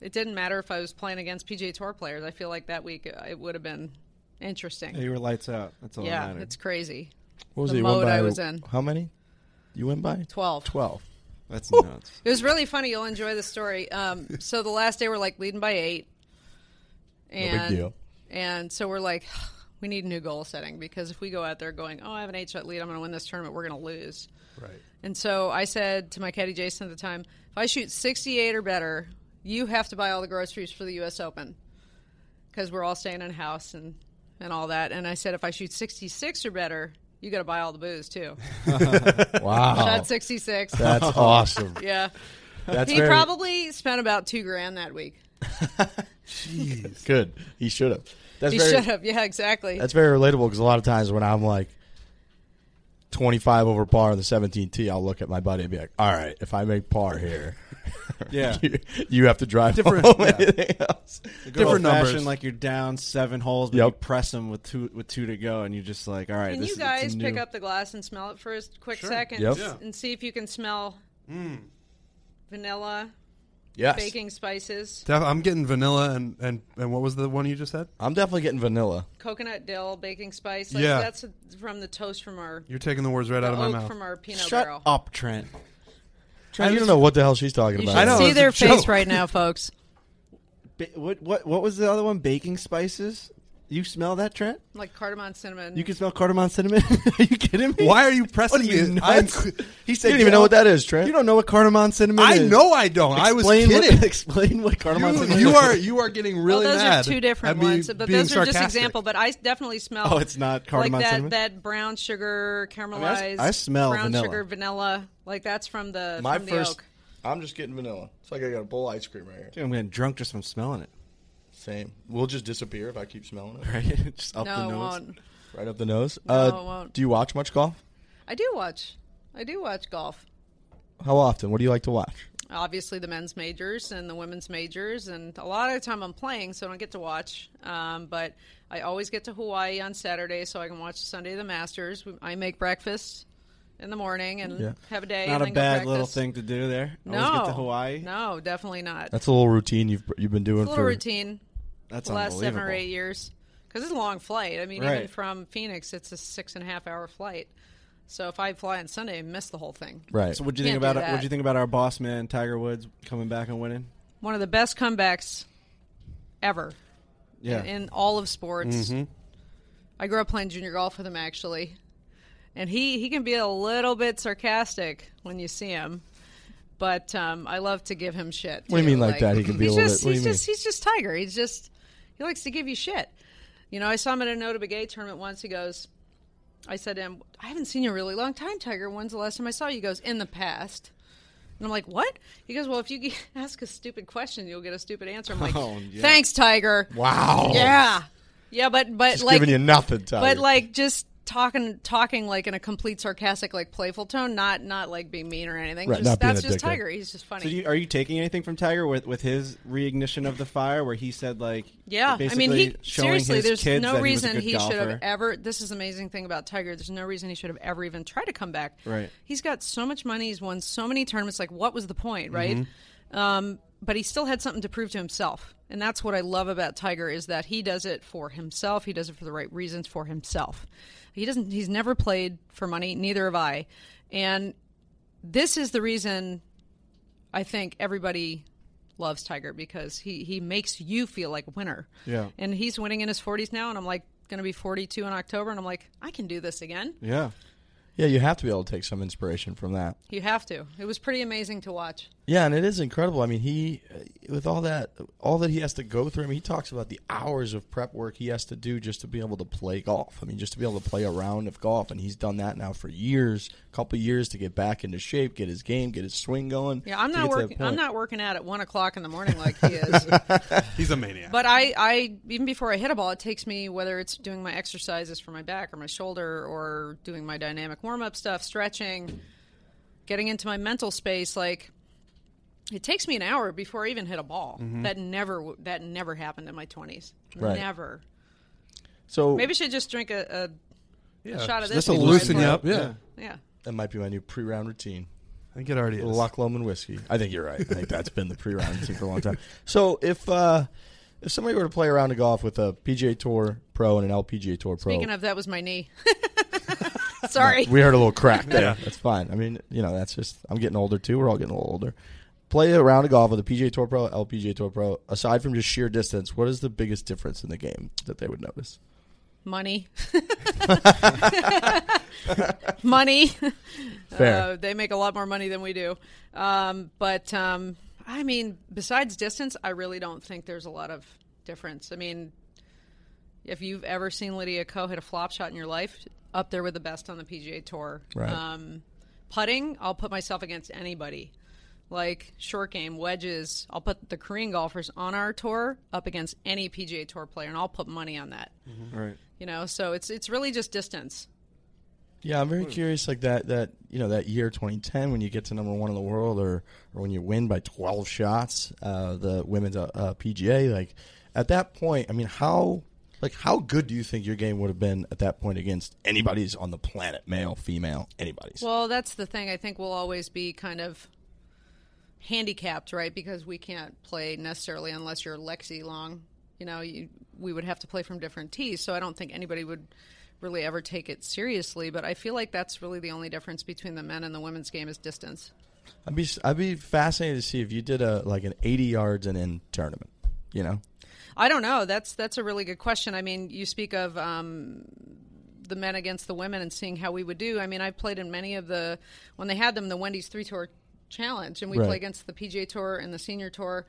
it didn't matter if I was playing against PGA Tour players. I feel like that week uh, it would have been interesting.
Yeah, you were lights out. That's all that
yeah,
mattered.
it's crazy.
What was
the
it you won
mode
by?
I was in?
How many? You win by
12.
Twelve.
That's nuts.
It was really funny. You'll enjoy the story. Um, so the last day we're like leading by eight,
big
and
deal.
and so we're like, we need new goal setting because if we go out there going, oh, I have an eight shot lead, I'm going to win this tournament, we're going to lose.
Right.
And so I said to my caddy Jason at the time, if I shoot 68 or better, you have to buy all the groceries for the U.S. Open because we're all staying in a house and and all that. And I said, if I shoot 66 or better, you got to buy all the booze too.
Wow.
Shot 66.
That's awesome.
Yeah.
Oh. That's
he
very-
probably spent about two grand that week.
Jeez. Good. He should have. That's
he
very.
should have. Yeah, exactly.
That's very relatable because a lot of times when I'm like 25 over par on the 17 tee, I'll look at my buddy and be like, "All right, if I make par here,
Yeah.
you, you have to drive
Different-
home
yeah.
anything else.
The good old fashioned, Like you're down seven holes, but you press them with two with two to go, and you're just like, all right.
Can
this
you
is- it's
guys
a
pick
new-
up the glass and smell it for a quick
Sure.
second
Yep.
s- and see if you can smell vanilla,
Yes.
baking spices,
Def- I'm getting vanilla and, and and what was the one you just said?
I'm definitely getting vanilla.
coconut dill, baking spice? Like,
Yeah.
That's from the toast from our.
You're taking the words right
the
out of my
oak
mouth.
Oh, From our Pinot barrel.
up, Trent.
Trent, you don't know what the hell she's talking
You
about.
should see their face right now, folks.
Ba- what what what was the other one? Baking spices. You smell that, Trent?
Like cardamom, cinnamon.
You can smell cardamom cinnamon. are you kidding me?
Why are you pressing
What are you
me?
nuts?
I'm-
he said
You don't even
"Yeah,
know what that is, Trent."
You don't know what cardamom cinnamon
I
is.
know I don't. I was
Explain what-
kidding.
explain what cardamom
You-
cinnamon.
you
is.
are- you are getting really
well, those
mad
are two different
at me
ones, but
being
those are just
sarcastic.
example. But I definitely smell.
Oh, it's not cardamom
like that,
cinnamon?
that brown sugar caramelized.
I s- I smell
brown
vanilla.
sugar vanilla. Like that's from the
My
from
first.
The oak.
I'm just getting vanilla. It's like I got a bowl of ice cream right here.
Dude, I'm getting drunk just from smelling it.
Same. We'll just disappear if I keep smelling it.
Right, just
up No, the it nose. won't.
Right up the nose.
No,
uh,
it won't.
Do you watch much golf?
I do watch. I do watch golf.
How often? What do you like to watch?
Obviously, the men's majors and the women's majors, and a lot of the time I'm playing, so I don't get to watch. Um, but I always get to Hawaii on Saturday, so I can watch Sunday the Masters. We- I make breakfast in the morning and
Yeah.
have a day.
Not
and
a
then go
bad little
practice.
thing to do there.
No,
Always get to Hawaii.
No, definitely not.
That's a little routine you've you've been doing
It's a
for
little routine.
That's
the last seven or
unbelievable.
eight years because it's a long flight. I mean, even
Right.
from Phoenix, it's a six and a half hour flight. So if I fly on Sunday, I miss the whole thing.
So what do you
Can't
think about
do
what
that.
do you think about our boss man Tiger Woods coming back and winning?
One of the best comebacks ever.
Yeah.
In, in all of sports.
Mm-hmm.
Mhm.
I grew up playing junior golf with him actually, and he he can be a little bit sarcastic when you see him. But um, I love to give him shit.
What do you
too.
mean like that? He can be
he's
a little
just,
bit- what do
he's
you
just he's just Tiger. He's just he likes to give you shit. You know, I saw him at a Nota Begay tournament once. He goes, I said to him, I haven't seen you in a really long time, Tiger. When's the last time I saw you? He goes, in the past. And I'm like, what? He goes, well, if you g- ask a stupid question, you'll get a stupid answer. I'm like,
Oh, yeah.
thanks, Tiger.
Oh.
Wow.
Yeah. Yeah, but but
Just
like
giving you nothing, Tiger.
But like just talking talking like in a complete sarcastic, like playful tone, not not like being mean or anything.
Right,
just
not being
that's
a
just
dickhead.
Tiger. He's just funny.
So do you, are you taking anything from Tiger with, with his reignition of the fire, where he said like,
yeah, I mean,
basically
he
showing
seriously.
his
There's
kids
no
that
reason
he,
he,
was a good
should have
golfer.
ever. This is the amazing thing about Tiger. There's no reason he should have ever even tried to come back.
Right.
He's got so much money. He's won so many tournaments. Like, what was the point, right?
Mhm.
Um, but he still had something to prove to himself, and that's what I love about Tiger is that he does it for himself. He does it for the right reasons for himself. He doesn't. He's never played for money. Neither have I. And this is the reason I think everybody loves Tiger because he he makes you feel like a winner.
Yeah.
And he's winning in his 40s now, and I'm like going to be 42 in October, and I'm like I can do this again.
Yeah,
Yeah, you have to be able to take some inspiration from that.
You have to. It was pretty amazing to watch.
Yeah, and it is incredible. I mean, he uh, with all that all that he has to go through. I mean, he talks about the hours of prep work he has to do just to be able to play golf. I mean, just to be able to play a round of golf, and he's done that now for years, a couple years to get back into shape, get his game, get his swing going.
Yeah, I'm
to
not
get to that
working. I'm
point.
not working out at one o'clock in the morning like he is.
He's a maniac.
But I, I even before I hit a ball, it takes me whether it's doing my exercises for my back or my shoulder or doing my dynamic warm up stuff, stretching, getting into my mental space. Like it takes me an hour before I even hit a ball.
Mhm.
That never w- that never happened in my twenties.
Right.
Never.
So
Maybe I should just drink a, a,
Yeah,
a shot of this.
this'll
before I
loosen you
play.
up, yeah.
Yeah.
That might be my new pre-round routine.
I think it already is.
Loch Lomond whiskey. I think you're right. I think that's been the pre-round routine for a long time. So if uh, if somebody were to play a round of golf with a PGA Tour pro and an LPGA Tour pro,
Speaking of, that was my knee. Sorry.
we heard a little crack there.
Yeah.
That's fine. I mean, you know, that's just I'm getting older too. We're all getting a little older. Play a round of golf with a PGA Tour pro, LPGA Tour pro. Aside from just sheer distance, what is the biggest difference in the game that they would notice?
Money. money.
Fair.
Uh, they make a lot more money than we do. Um, but um, I mean, besides distance, I really don't think there's a lot of difference. I mean, if you've ever seen Lydia Ko hit a flop shot in your life, up there with the best on the PGA Tour.
Right.
Um, putting, I'll put myself against anybody. Like short game, wedges, I'll put the Korean golfers on our tour up against any PGA Tour player, and I'll put money on that.
Right.
You know, so it's it's really just distance.
Yeah, I'm very
Hmm.
curious. Like that, that you know, that year 2010 when you get to number one in the world, or or when you win by 12 shots, uh, the women's uh, uh, PGA. Like at that point, I mean, how like how good do you think your game would have been at that point against anybody's on the planet, male, female, anybody's?
Well, that's the thing. I think we'll always be kind of handicapped, right? Because we can't play necessarily unless you're Lexi Long. You know, you, we would have to play from different tees. So I don't think anybody would really ever take it seriously. But I feel like that's really the only difference between the men and the women's game is distance.
I'd be I'd be fascinated to see if you did a like an 80 yards and in tournament. You know,
I don't know. That's that's a really good question. I mean, you speak of um, the men against the women and seeing how we would do. I mean, I've played in many of the when they had them the Wendy's three tour challenge, and we
Right.
play against the PGA tour and the senior tour.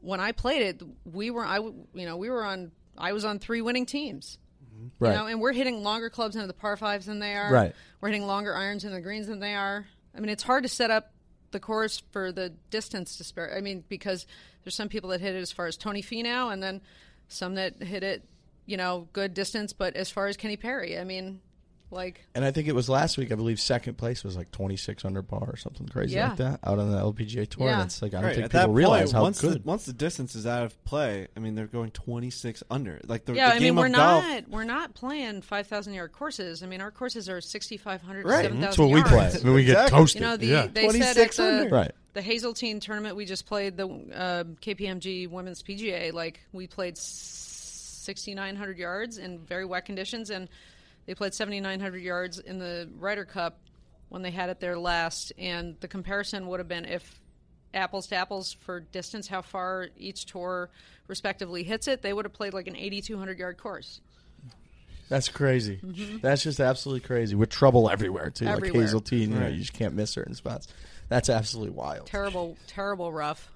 When I played it, we were I w- you know we were on I was on three winning teams.
Right.
You know, and we're hitting longer clubs into the par fives than they are.
Right.
We're hitting longer irons into the greens than they are. I mean, it's hard to set up the course for the distance disparity. I mean, because there's some people that hit it as far as Tony Finau, and then some that hit it, you know, good distance. But as far as Kenny Perry, I mean, like
and I think it was last week. I believe second place was like 26 under par or something crazy
Yeah.
like that out on the LPGA tour.
Yeah.
And it's like I don't
Right,
think
at
people
that
realize
point,
how
once
good.
The, once the distance is out of play, I mean, they're going 26 under. Like the,
yeah,
the
I
game
mean, we're
of golf.
not we're not playing five thousand yard courses. I mean, our courses are sixty five hundred,
Right.
seven thousand.
That's what we play. I mean, we get Exactly. toasted.
You know, the,
Yeah.
they said at
26
the,
under. Right.
the Hazeltine tournament we just played the uh, KPMG Women's PGA. Like we played sixty nine hundred yards in very wet conditions, and they played seventy nine hundred yards in the Ryder Cup when they had it their last. And the comparison would have been if apples to apples for distance, how far each tour respectively hits it, they would have played like an 8,200 yard course.
That's crazy.
Mhm.
That's just absolutely crazy. With trouble everywhere too,
Everywhere.
like Hazeltine. You know,
Right.
you just can't miss certain spots. That's absolutely wild.
Terrible, terrible rough.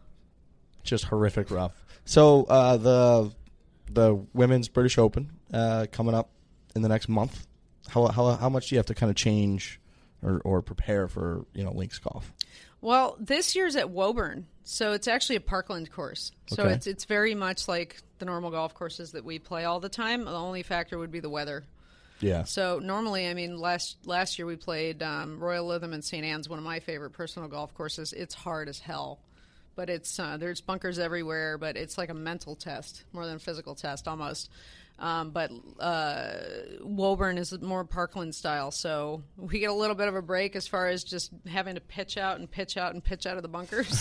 Just horrific rough. So uh, the the women's British Open uh, coming up in the next month. How how how much do you have to kind of change or, or prepare for you know links golf?
Well, this year's at Woburn, so it's actually a Parkland course. So
Okay.
it's it's very much like the normal golf courses that we play all the time. The only factor would be the weather.
Yeah.
So normally, I mean, last last year we played um, Royal Lytham and St Anne's, one of my favorite personal golf courses. It's hard as hell, but it's uh, there's bunkers everywhere. But it's like a mental test more than a physical test almost. Um, but uh, Woburn is more Parkland style, so we get a little bit of a break as far as just having to pitch out and pitch out and pitch out of the bunkers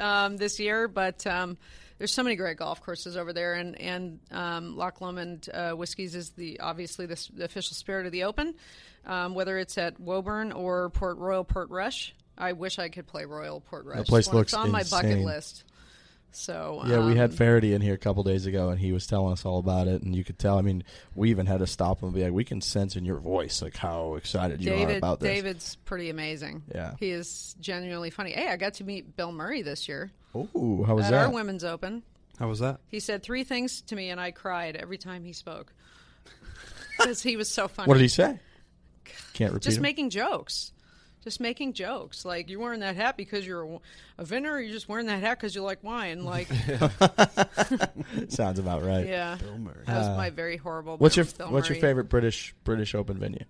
um, this year. But um, there's so many great golf courses over there, and and um, Loch Lomond uh, Whiskies is the obviously the, s- the official spirit of the Open. Um, whether it's at Woburn or Port Royal, Port Rush, I wish I could play Royal Port Rush.
place
Well,
looks
it's on my bucket
insane.
list. So
Yeah, we had
um,
Faraday in here a couple days ago, and he was telling us all about it. And you could tell. I mean, we even had to stop him and be like, "We can sense in your voice like how excited you
David,
are about this."
David's pretty amazing.
Yeah.
He is genuinely funny. Hey, I got to meet Bill Murray this year.
Ooh, how was
at our
that?
women's open.
How was that?
He said three things to me, and I cried every time he spoke because he was so funny.
What did he say? Can't repeat.
Just
him?
making jokes. Just making jokes. Like you're wearing that hat because you're a, w- a vendor. Or you're just wearing that hat because you like wine. Like
Sounds about right.
Yeah. Bill Murray. That was
Uh,
my very horrible
What's
Bill-
your
Bill
What's your
Murray.
favorite British British Open venue?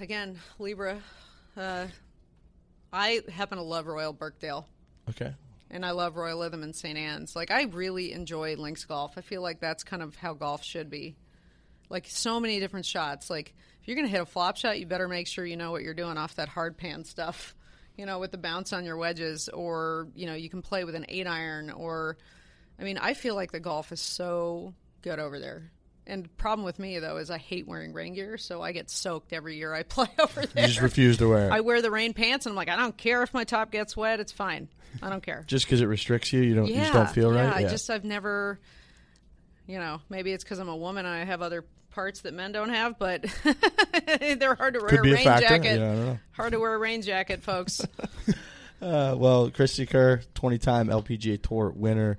again, Libra. Uh, I happen to love Royal Birkdale.
Okay.
and I love Royal Lytham and St. Anne's. Like I really enjoy links golf. I feel like that's kind of how golf should be. Like so many different shots. Like if you're going to hit a flop shot, you better make sure you know what you're doing off that hard pan stuff. You know, with the bounce on your wedges or, you know, you can play with an 8 iron or I mean, I feel like the golf is so good over there. And problem with me though is I hate wearing rain gear, so I get soaked every year I play over there.
just refuse to wear it.
I wear the rain pants, and I'm like, I don't care if my top gets wet; it's fine. I don't care.
Just because it restricts you, you don't you just don't feel
yeah,
right.
I just I've never, you know, maybe it's because I'm a woman and I have other parts that men don't have, but they're hard to wear
Could be a
rain
factor.
jacket.
Yeah, I don't know.
Hard to wear a rain jacket, folks.
Uh, well, Christy Kerr, 20-time LPGA Tour winner,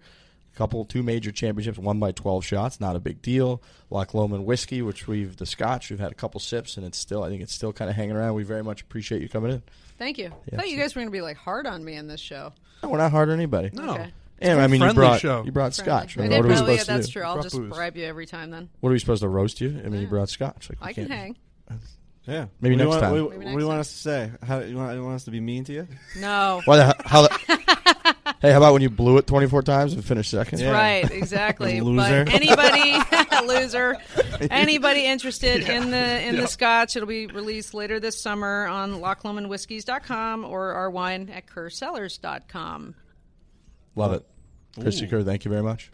couple two major championships, won by 12 shots, not a big deal. Loch Lomond whiskey, which we've the Scotch, we've had a couple sips, and it's still I think it's still kind of hanging around. We very much appreciate you coming in.
Thank you.
Yeah,
I thought you guys were going to be like hard on me in this show.
No, we're not hard on anybody.
No. Okay.
And I mean, you
Friendly
brought
show.
you brought
Friendly.
Scotch.
I
mean,
did
what are we
probably-
supposed
yeah,
to
that's
do?
true. I'll just bribe you every time then.
What are we supposed to roast you? I mean, you brought Scotch. Like, we
I can
can't-
hang.
Yeah.
Maybe
What do you
next
want-
time.
What, what do you want us to say? How, you, want, you want us to be mean to you?
No.
Why the, how the, hey, how about when you blew it 24 times and finished second?
That's right, exactly.
Loser.
But anybody, loser, anybody interested in the in
Yeah.
the scotch, it'll be released later this summer on lochlomanwhiskies.com or our wine at kerrsellers.com.
Love it. Christy
Ooh.
Kerr, thank you very much.